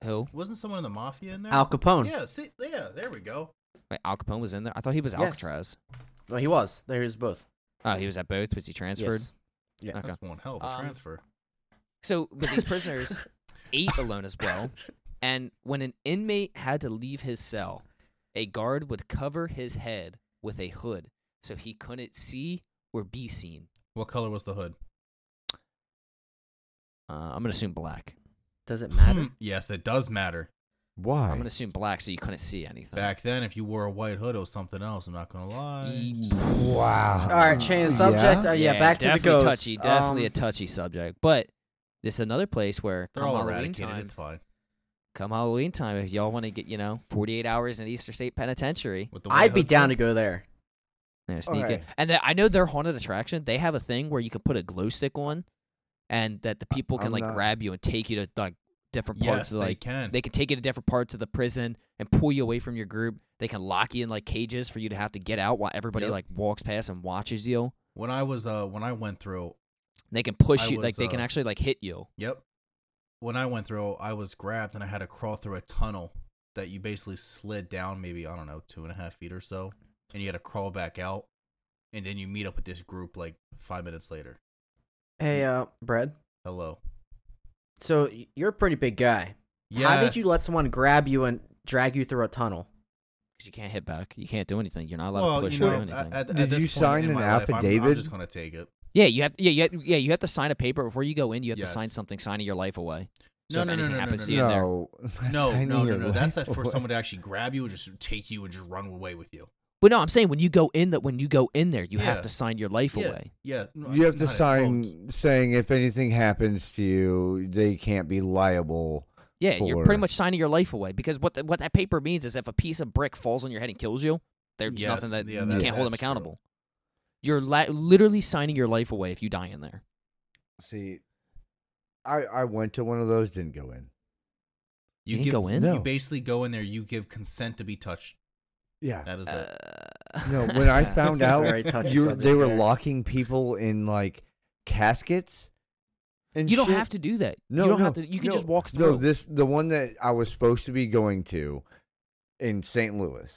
Speaker 1: Who?
Speaker 4: Wasn't someone in the mafia in there?
Speaker 2: Al Capone.
Speaker 4: Yeah, see, yeah, there we go.
Speaker 1: Wait, Al Capone was in there. I thought he was
Speaker 2: Yes.
Speaker 1: Alcatraz.
Speaker 2: Well, he was. There he was both.
Speaker 1: Oh, he was at both. Was he transferred?
Speaker 2: Yes.
Speaker 1: Okay.
Speaker 4: That's one hell of a
Speaker 1: Um,
Speaker 4: transfer.
Speaker 1: So, but these prisoners ate alone as well. And when an inmate had to leave his cell, a guard would cover his head with a hood so he couldn't see or be seen.
Speaker 4: What color was the hood?
Speaker 1: Uh, I'm gonna assume black.
Speaker 2: Does it matter?
Speaker 4: Hmm, Yes, it does matter.
Speaker 3: Why?
Speaker 1: I'm gonna assume black so you couldn't see anything.
Speaker 4: Back then, if you wore a white hood, it was something else. I'm not gonna lie.
Speaker 1: Ye-
Speaker 3: Wow.
Speaker 2: All right, change the
Speaker 3: Yeah.
Speaker 2: subject. Uh, yeah, back to the
Speaker 1: definitely
Speaker 2: ghost.
Speaker 1: touchy, definitely
Speaker 2: Um,
Speaker 1: a touchy subject. But this is another place where
Speaker 4: They're
Speaker 1: come
Speaker 4: all
Speaker 1: Halloween
Speaker 4: eradicated.
Speaker 1: time,
Speaker 4: It's fine.
Speaker 1: come Halloween time, if y'all want to get you know 48 hours in Easter State Penitentiary,
Speaker 4: With the
Speaker 2: I'd
Speaker 4: white
Speaker 2: be
Speaker 4: hood
Speaker 2: down to
Speaker 4: still?
Speaker 2: go there.
Speaker 1: Yeah, sneak
Speaker 3: Alright.
Speaker 1: in. And then I know their haunted attraction. They have a thing where you can put a glow stick on, and that the people can
Speaker 3: I'm
Speaker 1: like
Speaker 3: not-
Speaker 1: grab you and take you to like different
Speaker 4: Yes,
Speaker 1: parts
Speaker 4: they
Speaker 1: of like
Speaker 4: can.
Speaker 1: they can take you to different parts of the prison and pull you away from your group. They can lock you in like cages for you to have to get out while everybody
Speaker 4: Yep.
Speaker 1: like walks past and watches you.
Speaker 4: When I was uh, when I went through,
Speaker 1: They can push
Speaker 4: I
Speaker 1: you like
Speaker 4: was,
Speaker 1: they can
Speaker 4: uh,
Speaker 1: actually like hit you.
Speaker 4: Yep. When I went through, I was grabbed and I had to crawl through a tunnel that you basically slid down maybe I don't know two and a half feet or so, and you had to crawl back out, and then you meet up with this group like five minutes later.
Speaker 2: Hey, uh, Brad.
Speaker 4: Hello.
Speaker 2: So y- you're a pretty big guy.
Speaker 4: Yeah.
Speaker 2: How did you let someone grab you and drag you through a tunnel?
Speaker 1: Because you can't hit back. You can't do anything. You're not allowed
Speaker 4: well,
Speaker 1: to push
Speaker 4: you know,
Speaker 1: or do
Speaker 4: at,
Speaker 1: anything.
Speaker 4: at- at
Speaker 3: Did
Speaker 4: this
Speaker 3: you
Speaker 4: point
Speaker 3: sign
Speaker 4: in
Speaker 3: an
Speaker 4: my life, I'm- I'm,
Speaker 3: affidavit?
Speaker 4: just gonna take it.
Speaker 1: yeah, you have. Yeah, you have, yeah. You have to sign a paper before you go in. You have to sign
Speaker 4: Yes.
Speaker 1: something,
Speaker 4: something
Speaker 1: signing your life away. So
Speaker 4: So No, if no,
Speaker 1: if
Speaker 4: no, anything
Speaker 1: anything
Speaker 4: no, no,
Speaker 1: happens to
Speaker 4: happens to no,
Speaker 1: you
Speaker 4: you
Speaker 1: in
Speaker 4: in
Speaker 1: there,
Speaker 3: No,
Speaker 4: No,
Speaker 3: signing
Speaker 4: no, no,
Speaker 3: your
Speaker 4: no. That's
Speaker 3: life
Speaker 4: that for
Speaker 3: away.
Speaker 4: someone to actually grab you and just take you and just run away with you.
Speaker 1: But no, I'm saying when you go in that when you go in there, you
Speaker 4: Yeah.
Speaker 1: have to sign your life
Speaker 4: Yeah.
Speaker 1: away.
Speaker 4: Yeah. no,
Speaker 3: You have to
Speaker 4: not at home.
Speaker 3: sign saying if anything happens to you, they can't be liable.
Speaker 1: Yeah, you're pretty
Speaker 3: For-
Speaker 1: much signing your life away because what the, what that paper means is if a piece of brick falls on your head and kills you, there's
Speaker 4: Yes,
Speaker 1: nothing that
Speaker 4: yeah,
Speaker 1: you
Speaker 4: that-
Speaker 1: can't hold them
Speaker 4: that's true.
Speaker 1: accountable. You're la- literally signing your life away if you die in there.
Speaker 3: See, I I went to one of those, didn't go in.
Speaker 1: You didn't
Speaker 4: give-
Speaker 1: go in?
Speaker 4: You
Speaker 3: No.
Speaker 4: basically go in there. You give consent to be touched.
Speaker 3: Yeah.
Speaker 4: That is it.
Speaker 1: Uh,
Speaker 3: No, when I found
Speaker 2: That's a
Speaker 3: out
Speaker 2: very touchy
Speaker 3: you were- they
Speaker 2: subject
Speaker 3: were
Speaker 2: there.
Speaker 3: locking people in like caskets, and
Speaker 1: you don't
Speaker 3: shit.
Speaker 1: have to do that.
Speaker 3: No,
Speaker 1: you don't
Speaker 3: no,
Speaker 1: have to. You can
Speaker 3: no,
Speaker 1: just walk
Speaker 3: No,
Speaker 1: through.
Speaker 3: this the one that I was supposed to be going to in St. Louis.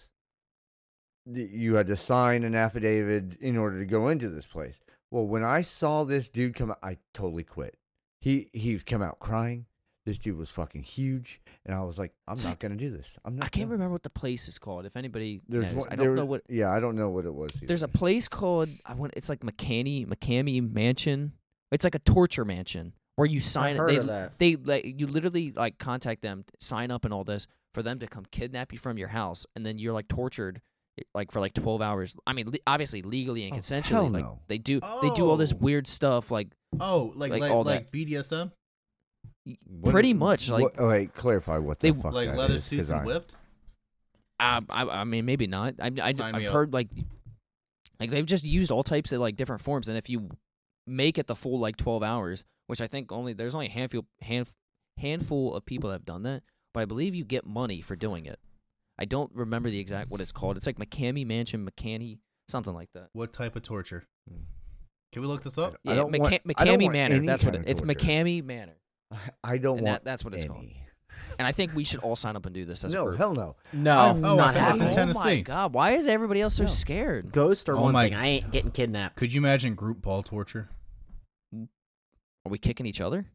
Speaker 3: th- You had to sign an affidavit in order to go into this place. Well, when I saw this dude come out, I totally quit. He he come out crying. This dude was fucking huge, and I was like, I'm
Speaker 1: See,
Speaker 3: not gonna do this. I'm not.
Speaker 1: I can't
Speaker 3: no."
Speaker 1: remember what the place is called. If anybody
Speaker 3: There's
Speaker 1: knows,
Speaker 3: one,
Speaker 1: I
Speaker 3: there
Speaker 1: don't know
Speaker 3: was-
Speaker 1: what.
Speaker 3: Yeah, I don't know what it was.
Speaker 1: There's a
Speaker 3: either.
Speaker 1: place called I want. It's like McCanny McCammy Mansion. It's like a torture mansion where you sign.
Speaker 2: heard
Speaker 1: they,
Speaker 2: of that.
Speaker 1: They like you literally like contact them, sign up, and all this for them to come kidnap you from your house, and then you're like tortured. eh, Like for like twelve hours. I mean, le- obviously legally and
Speaker 3: Oh,
Speaker 1: consensually.
Speaker 3: hell
Speaker 1: like
Speaker 3: no.
Speaker 1: they do, they do all this
Speaker 4: Oh.
Speaker 1: weird stuff. Like
Speaker 4: Oh, like like
Speaker 1: Like
Speaker 4: like,
Speaker 1: all
Speaker 4: BDSM,
Speaker 1: y-
Speaker 3: What-
Speaker 1: pretty much. Like
Speaker 3: what, oh, wait, clarify what the
Speaker 1: they-
Speaker 3: fuck
Speaker 4: like
Speaker 3: that
Speaker 4: leather
Speaker 3: is, 'cause
Speaker 4: suits and
Speaker 3: I-
Speaker 4: whipped.
Speaker 1: I, Uh, I, I mean, maybe not. I, I,
Speaker 4: Sign me
Speaker 1: I've
Speaker 4: up.
Speaker 1: heard like, like they've just used all types of like different forms, and if you make it the full like twelve hours, which I think only there's only a handful hand, handful of people that have done that, but I believe you get money for doing it. I don't remember the exact what it's called. It's like McCammy Mansion, McCanny, something like that.
Speaker 4: What type of torture?
Speaker 3: Hmm.
Speaker 4: Can we look this
Speaker 3: I
Speaker 4: up?
Speaker 1: Yeah,
Speaker 3: don't want-
Speaker 1: McCa-
Speaker 3: I don't
Speaker 1: McCammy
Speaker 3: want
Speaker 1: Manor.
Speaker 3: any
Speaker 1: That's what it,
Speaker 3: kind of
Speaker 1: it's.
Speaker 3: torture.
Speaker 1: McCammy Manor,
Speaker 3: I don't
Speaker 1: and
Speaker 3: want.
Speaker 1: that, that's what it's called.
Speaker 3: any.
Speaker 1: And I think we should all sign up and do this as a
Speaker 3: No,
Speaker 1: group.
Speaker 3: hell no.
Speaker 2: No,
Speaker 3: I'm
Speaker 4: Oh, I
Speaker 2: not
Speaker 4: thought it was
Speaker 2: happening.
Speaker 4: in
Speaker 1: oh my
Speaker 4: Tennessee.
Speaker 1: god! Why is everybody else so scared?
Speaker 2: Ghost or
Speaker 4: Oh
Speaker 2: one
Speaker 4: my-
Speaker 2: thing. I ain't getting kidnapped.
Speaker 4: Could you imagine group ball torture?
Speaker 1: Are we kicking each other?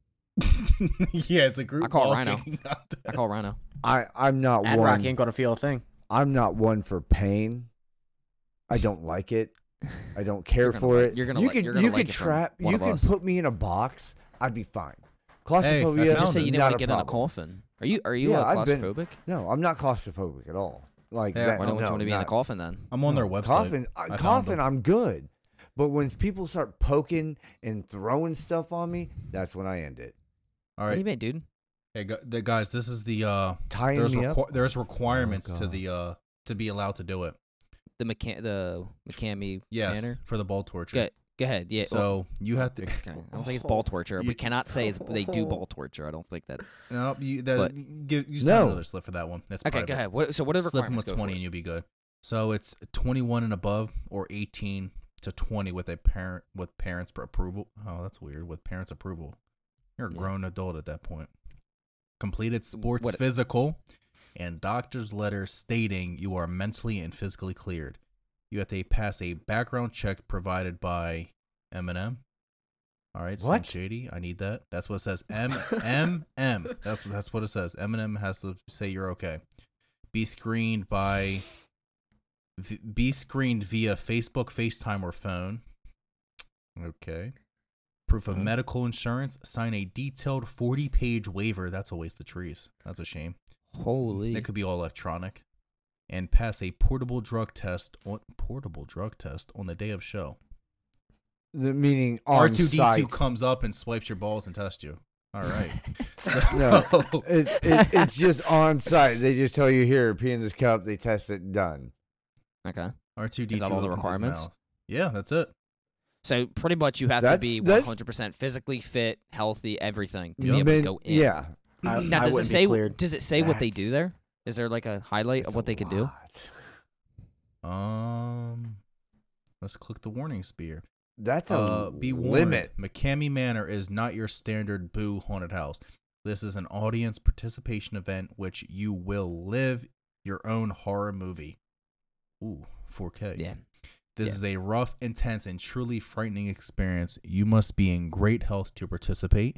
Speaker 4: yeah, it's a group.
Speaker 1: I call
Speaker 4: ball
Speaker 1: Rhino.
Speaker 4: kicking
Speaker 1: I
Speaker 4: contest.
Speaker 1: call Rhino.
Speaker 3: I I'm not
Speaker 2: Ad
Speaker 3: one.
Speaker 2: Rock ain't gonna feel a thing.
Speaker 3: I'm not one for pain. I don't like it. I don't care
Speaker 1: You're gonna
Speaker 3: for
Speaker 1: like-
Speaker 3: it.
Speaker 1: you're gonna
Speaker 3: you
Speaker 1: like-
Speaker 3: could
Speaker 1: you're gonna
Speaker 3: you
Speaker 1: like
Speaker 3: could
Speaker 1: it from
Speaker 3: trap
Speaker 1: one
Speaker 3: you
Speaker 1: of
Speaker 3: could
Speaker 1: us.
Speaker 3: put me in a box. I'd be fine.
Speaker 4: I
Speaker 3: Claustrophobia.
Speaker 4: found
Speaker 1: You just say
Speaker 4: it.
Speaker 1: you didn't
Speaker 3: not
Speaker 1: want to get in a
Speaker 3: problem.
Speaker 1: coffin. Are you are you
Speaker 3: Yeah,
Speaker 1: uh,
Speaker 3: I've been-
Speaker 1: claustrophobic?
Speaker 3: No, I'm not claustrophobic at all. Like
Speaker 4: Yeah.
Speaker 3: that.
Speaker 1: Why don't
Speaker 3: no,
Speaker 1: you want to be in
Speaker 3: not,
Speaker 1: a coffin then?
Speaker 4: I'm on their
Speaker 3: no,
Speaker 4: website.
Speaker 3: Coffin,
Speaker 4: I
Speaker 3: uh,
Speaker 4: found
Speaker 3: coffin.
Speaker 4: them.
Speaker 3: I'm good. But when people start poking and throwing stuff on me, that's when I end it.
Speaker 4: All
Speaker 1: What do
Speaker 4: right,
Speaker 1: you mean, dude?
Speaker 4: hey gu- the guys, this is the uh,
Speaker 3: Tying
Speaker 4: there's
Speaker 3: me up. Oh,
Speaker 4: requi- there's requirements to
Speaker 3: God.
Speaker 4: the uh to be allowed to do it.
Speaker 1: The McCa- the McCammy
Speaker 4: Yes,
Speaker 1: manner.
Speaker 4: for the ball torture.
Speaker 1: Go, go ahead. Yeah.
Speaker 4: so
Speaker 1: well,
Speaker 4: you have to.
Speaker 1: okay. I don't think it's ball torture.
Speaker 4: You-
Speaker 1: We cannot say it's, they do ball torture. I don't think that.
Speaker 4: No, you that
Speaker 1: But-
Speaker 4: give you send
Speaker 3: No.
Speaker 4: another slip for that one. That's
Speaker 1: Okay,
Speaker 4: private.
Speaker 1: go ahead. What, so what are the
Speaker 4: Slip them
Speaker 1: requirements?
Speaker 4: with
Speaker 1: Go for
Speaker 4: twenty
Speaker 1: it?
Speaker 4: and you'll be good. So it's twenty one and above, or eighteen to twenty with a parent with parents per approval. Oh, that's weird. With parents approval, you're a
Speaker 1: Yeah.
Speaker 4: grown adult at that point. Completed sports
Speaker 1: What-
Speaker 4: physical, and doctor's letter stating you are mentally and physically cleared. You have to pass a background check provided by Eminem. All right, Slim
Speaker 3: What?
Speaker 4: Shady, I need that. That's what it says. M M M. That's that's what it says. Eminem has to say you're okay. Be screened by. v- Be screened via Facebook, FaceTime, or phone. Okay. Proof of
Speaker 1: Okay.
Speaker 4: medical insurance. Sign a detailed 40 page waiver. That's a waste of trees. That's a shame.
Speaker 1: Holy.
Speaker 4: It could be all electronic. And pass a portable drug test on portable drug test on the day of show.
Speaker 3: The meaning on
Speaker 4: R two D two
Speaker 3: site.
Speaker 4: comes up and swipes your balls and tests you. All right. so,
Speaker 3: No,
Speaker 4: Oh.
Speaker 3: it, it, it's just on site. They just tell you here, pee in this cup. They test it, done.
Speaker 1: okay.
Speaker 4: R two D two.
Speaker 1: Is that all the requirements?
Speaker 4: Yeah, that's it.
Speaker 1: So pretty much you have to
Speaker 3: That's-
Speaker 1: be
Speaker 3: that's-
Speaker 1: 100% physically fit, healthy, everything to be able to
Speaker 3: Men-
Speaker 1: go in.
Speaker 3: Yeah,
Speaker 2: I-
Speaker 1: Now
Speaker 2: I
Speaker 1: does it
Speaker 2: wouldn't be
Speaker 1: say
Speaker 2: cleared.
Speaker 1: does it say what they do
Speaker 3: That's-
Speaker 1: there? Is there like a highlight of
Speaker 3: That's
Speaker 1: what
Speaker 3: a
Speaker 1: they could do?
Speaker 3: lot.
Speaker 4: Um, let's click the warning spear.
Speaker 3: That's a
Speaker 4: Uh, be warned,
Speaker 3: limit.
Speaker 4: McCammy Manor is not your standard boo haunted house. This is an audience participation event which you will live your own horror movie. Ooh, 4K.
Speaker 1: Yeah.
Speaker 4: This
Speaker 1: Yeah.
Speaker 4: is a rough, intense, and truly frightening experience. You must be in great health to participate.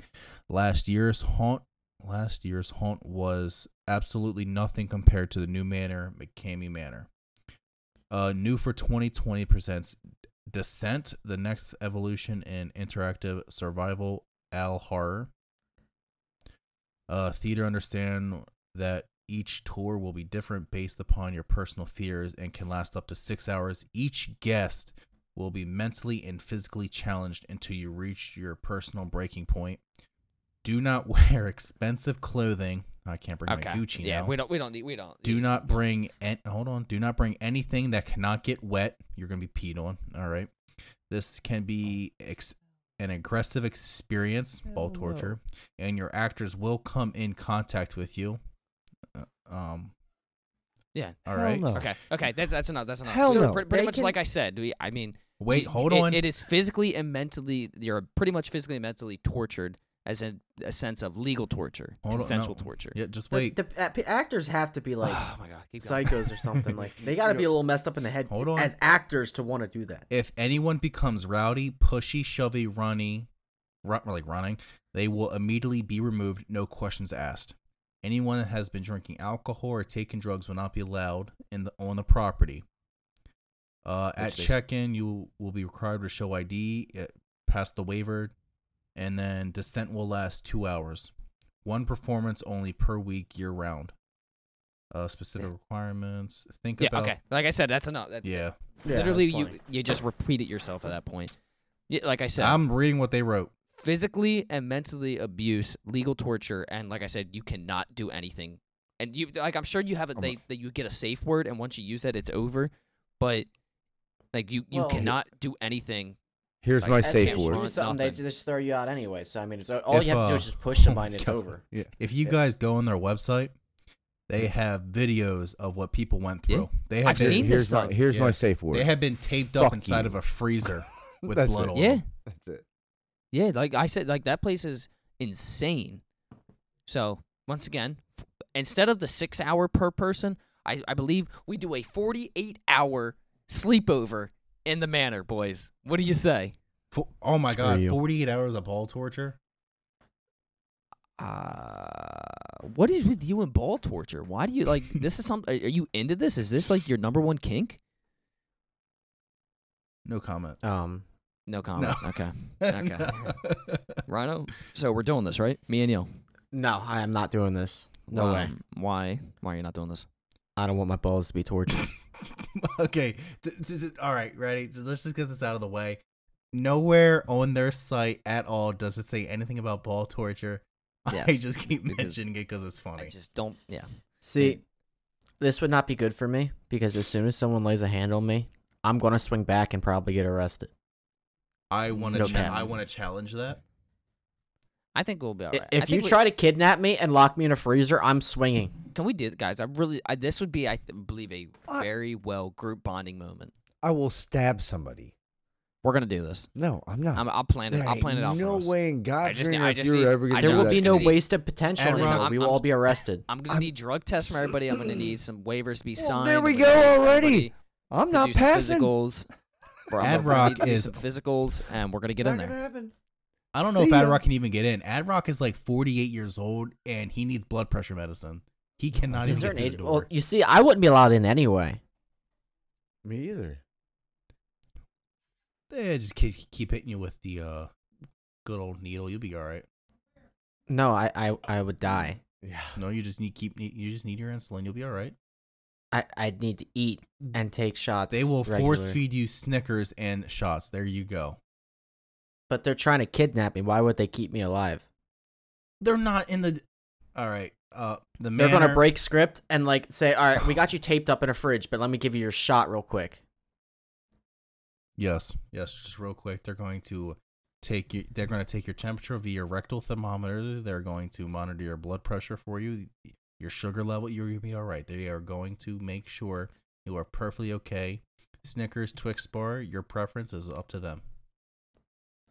Speaker 4: Last year's haunt last year's haunt was absolutely nothing compared to the new manor, McCamey Manor. Uh, new for 2020 presents Descent, the next evolution in interactive survival al horror. Uh, theater understand that each tour will be different based upon your personal fears and can last up to six hours. Each guest will be mentally and physically challenged until you reach your personal breaking point. Do not wear expensive clothing. I can't bring my Gucci
Speaker 1: yeah,
Speaker 4: now.
Speaker 1: we don't. We don't need. We don't.
Speaker 4: Do not bring an- hold on. Do not bring anything that cannot get wet. You're gonna be peed on. All right. This can be ex- an aggressive experience, ball
Speaker 3: Hello.
Speaker 4: torture, and your actors will come in contact with you. Uh, um.
Speaker 1: Yeah.
Speaker 4: All
Speaker 3: Hell
Speaker 4: right.
Speaker 3: no.
Speaker 1: Okay. Okay. That's that's enough. That's enough.
Speaker 3: Hell
Speaker 1: so
Speaker 3: no.
Speaker 1: pre- pretty
Speaker 2: They
Speaker 1: much
Speaker 2: can-
Speaker 1: like I said. We. I mean.
Speaker 4: Wait.
Speaker 1: you-
Speaker 4: Hold
Speaker 1: it-
Speaker 4: on.
Speaker 1: It is physically and mentally. You're pretty much physically and mentally tortured as in a sense of legal torture,
Speaker 4: Hold on, no.
Speaker 1: consensual torture.
Speaker 4: Yeah. Just
Speaker 2: The-
Speaker 4: wait.
Speaker 2: the, uh, p- actors have to be like
Speaker 1: oh my god. Keep going.
Speaker 2: psychos or something. Like they got to be a little messed up in the head
Speaker 4: Hold on.
Speaker 2: as actors to want to do that.
Speaker 4: if anyone becomes rowdy, pushy, shovey, runny, run, like running, they will immediately be removed, no questions asked. Anyone that has been drinking alcohol or taking drugs will not be allowed in the on the property. Uh, at
Speaker 1: Which they s-
Speaker 4: check-in, you will be required to show ID, uh, pass the waiver, and then descent will last two hours. One performance only per week, year round. Uh, specific requirements. Think
Speaker 1: Yeah.
Speaker 4: about
Speaker 1: Okay. Like I said, that's enough. That-
Speaker 4: yeah.
Speaker 1: Literally, you you just repeat it yourself at that point. Yeah, like I said,
Speaker 4: I'm reading what they wrote.
Speaker 1: physically and mentally abuse, legal torture, and like I said, you cannot do anything. And you like I'm sure you have it
Speaker 4: I'm-
Speaker 1: they that you get a safe word and once you use that it's over. But like you, you
Speaker 2: Well-
Speaker 1: cannot do anything.
Speaker 3: Here's
Speaker 1: Like,
Speaker 3: my
Speaker 1: that's
Speaker 3: safe
Speaker 1: just
Speaker 3: word.
Speaker 1: wrong.
Speaker 2: Do something, they
Speaker 1: Nothing.
Speaker 2: just throw you out anyway. So I mean, it's all
Speaker 4: If,
Speaker 2: you have to do is
Speaker 4: uh,
Speaker 2: just push
Speaker 4: oh
Speaker 2: somebody and
Speaker 4: my
Speaker 2: it's Mm-hmm.
Speaker 4: God.
Speaker 2: over.
Speaker 3: Yeah.
Speaker 4: If you guys go on their website, they have videos of what people went
Speaker 1: Yeah.
Speaker 4: through. They have
Speaker 1: I've
Speaker 4: been,
Speaker 1: seen
Speaker 3: here's
Speaker 1: this
Speaker 3: my,
Speaker 1: stuff.
Speaker 3: Here's
Speaker 4: Yeah.
Speaker 3: my safe word.
Speaker 4: They have been taped up
Speaker 3: Fuck
Speaker 4: inside
Speaker 3: you.
Speaker 4: of a freezer with
Speaker 3: That's
Speaker 4: blood
Speaker 3: it.
Speaker 4: on.
Speaker 1: Yeah.
Speaker 4: them.
Speaker 3: That's it.
Speaker 1: Yeah, like I said, like that place is insane. So once again, f- instead of the six hour per person, I, I believe we do a forty eight hour sleepover in the manor, boys. What do you say?
Speaker 4: Fo- oh my
Speaker 3: Screw
Speaker 4: god,
Speaker 3: you.
Speaker 4: 48 hours of ball torture.
Speaker 1: Uh, what is with you and ball torture? Why do you like this? Is some? Are you into this? Is this like your number one kink?
Speaker 4: No comment.
Speaker 2: Um,
Speaker 1: No comment. Okay. Okay.
Speaker 4: No.
Speaker 1: Rhino. So we're doing this, right? Me and you.
Speaker 2: no, I am not doing this. No way.
Speaker 1: Um, Why? Why are you not doing this?
Speaker 2: I don't want my balls to be tortured.
Speaker 4: okay. D- d- d- all right, ready. Let's just get this out of the way. Nowhere on their site at all does it say anything about ball torture. I
Speaker 1: Yes,
Speaker 4: just keep
Speaker 1: because
Speaker 4: mentioning it because it's funny.
Speaker 1: I just don't. Yeah.
Speaker 2: See, this would not be good for me because as soon as someone lays a hand on me, I'm gonna swing back and probably get arrested.
Speaker 4: I want to.
Speaker 2: No
Speaker 4: cha-
Speaker 2: cap.
Speaker 4: I want to challenge that.
Speaker 1: I think we'll be all
Speaker 2: I-
Speaker 1: right. I
Speaker 2: If you
Speaker 1: think we-
Speaker 2: try to kidnap me and lock me in a freezer, I'm swinging.
Speaker 1: can we do it, guys? I really. I, this would be, I th- believe, a
Speaker 3: I-
Speaker 1: very well group bonding moment.
Speaker 3: I will stab somebody.
Speaker 1: We're gonna do this.
Speaker 3: No, I'm not.
Speaker 1: I'm, I'll plan it.
Speaker 3: There
Speaker 1: I'll plan it
Speaker 3: ain't
Speaker 1: out. for
Speaker 3: No
Speaker 1: us.
Speaker 3: way in God's
Speaker 1: just
Speaker 3: green
Speaker 1: need- I
Speaker 3: earth
Speaker 1: just
Speaker 3: you're
Speaker 1: need-
Speaker 3: ever
Speaker 1: I
Speaker 2: There
Speaker 3: gonna
Speaker 1: don't-
Speaker 3: do
Speaker 2: will
Speaker 3: that
Speaker 2: be
Speaker 3: to
Speaker 2: no
Speaker 3: me.
Speaker 2: wasted potential. in
Speaker 4: Admiral,
Speaker 2: this.
Speaker 1: I'm-
Speaker 2: we will
Speaker 1: I'm-
Speaker 2: all be arrested.
Speaker 1: I'm gonna
Speaker 3: I'm-
Speaker 1: need drug tests from everybody. I'm gonna need some waivers to be
Speaker 3: Well,
Speaker 1: signed.
Speaker 3: there we
Speaker 1: I'm gonna
Speaker 3: go
Speaker 1: need
Speaker 3: already.
Speaker 1: everybody-
Speaker 3: I'm
Speaker 1: to
Speaker 3: not
Speaker 1: do some
Speaker 3: passing.
Speaker 1: physicals. Bro,
Speaker 4: Ad
Speaker 1: I'm
Speaker 4: Rock
Speaker 1: Rock
Speaker 4: is-
Speaker 1: is some physicals, and we're gonna get in there.
Speaker 4: I don't know
Speaker 3: See
Speaker 4: if Ad
Speaker 3: ya.
Speaker 4: Rock can even get in. Ad Rock is like 48 years old and he needs blood pressure medicine. He cannot
Speaker 2: Is
Speaker 4: even
Speaker 2: there an
Speaker 4: get through the
Speaker 2: age?
Speaker 4: door.
Speaker 2: Well, you see, I wouldn't be allowed in anyway.
Speaker 3: Me either.
Speaker 4: Eh, just keep, keep hitting you with the uh, good old needle. You'll be all right.
Speaker 2: No, I, I, I would die.
Speaker 3: Yeah.
Speaker 4: No, you just need keep you just need your insulin. You'll be all right.
Speaker 2: I, I'd need to eat and take shots.
Speaker 4: They will force
Speaker 2: regularly.
Speaker 4: feed you Snickers and shots. There you go.
Speaker 2: But they're trying to kidnap me. Why would they keep me alive?
Speaker 4: They're not in the. All right. Uh, the
Speaker 2: They're gonna
Speaker 4: manor-
Speaker 2: break script and like say, "All right, we got you taped up in a fridge, but let me give you your shot real quick."
Speaker 4: Yes, yes. Just real quick, they're going to take you. They're going to take your temperature via your rectal thermometer. They're going to monitor your blood pressure for you, your sugar level. You're gonna be all right. They are going to make sure you are perfectly okay. Snickers, Twix bar, your preference is up to them.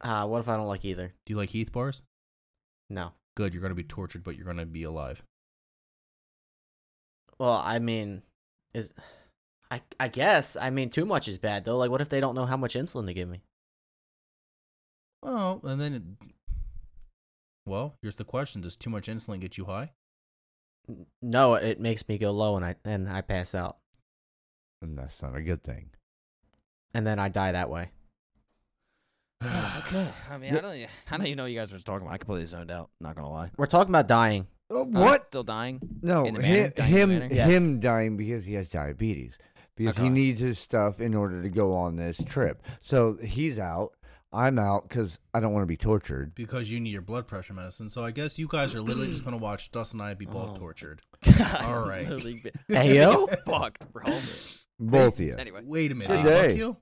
Speaker 2: Uh, what if I don't like either?
Speaker 4: Do you like Heath bars?
Speaker 2: No.
Speaker 4: Good, you're gonna be tortured, but you're gonna be alive.
Speaker 2: Well, I mean, is I I guess I mean too much is bad though. Like, what if they don't know how much insulin to give me?
Speaker 4: Well, and then, it, well, here's the question: Does too much insulin get you high?
Speaker 2: N- No, it makes me go low and I and I pass out
Speaker 3: And that's not a good thing.
Speaker 2: and then I die that way.
Speaker 1: okay. I mean, I don't. e- I don't even know what you guys were just talking about. I completely zoned out. Not gonna lie.
Speaker 2: We're talking about dying.
Speaker 3: Oh,
Speaker 1: I'm
Speaker 3: what?
Speaker 1: still dying?
Speaker 3: No,
Speaker 1: in the manor? Dying
Speaker 3: him
Speaker 1: in the
Speaker 3: him,
Speaker 1: manor?
Speaker 2: Yes.
Speaker 3: him dying because he has diabetes because he
Speaker 1: Okay.
Speaker 3: needs his stuff in order to go on this trip. So he's out. I'm out because I don't want to be tortured.
Speaker 4: Because you need your blood pressure medicine. So I guess you guys are literally just gonna watch Dustin and I be
Speaker 2: Oh.
Speaker 4: both tortured.
Speaker 1: I'm
Speaker 4: right.
Speaker 1: literally bit-
Speaker 2: Hey, yo?
Speaker 1: fucked, bro.
Speaker 3: Both of you.
Speaker 1: Anyway,
Speaker 4: Wait a minute.
Speaker 3: Good
Speaker 4: they fuck
Speaker 3: day.
Speaker 4: you?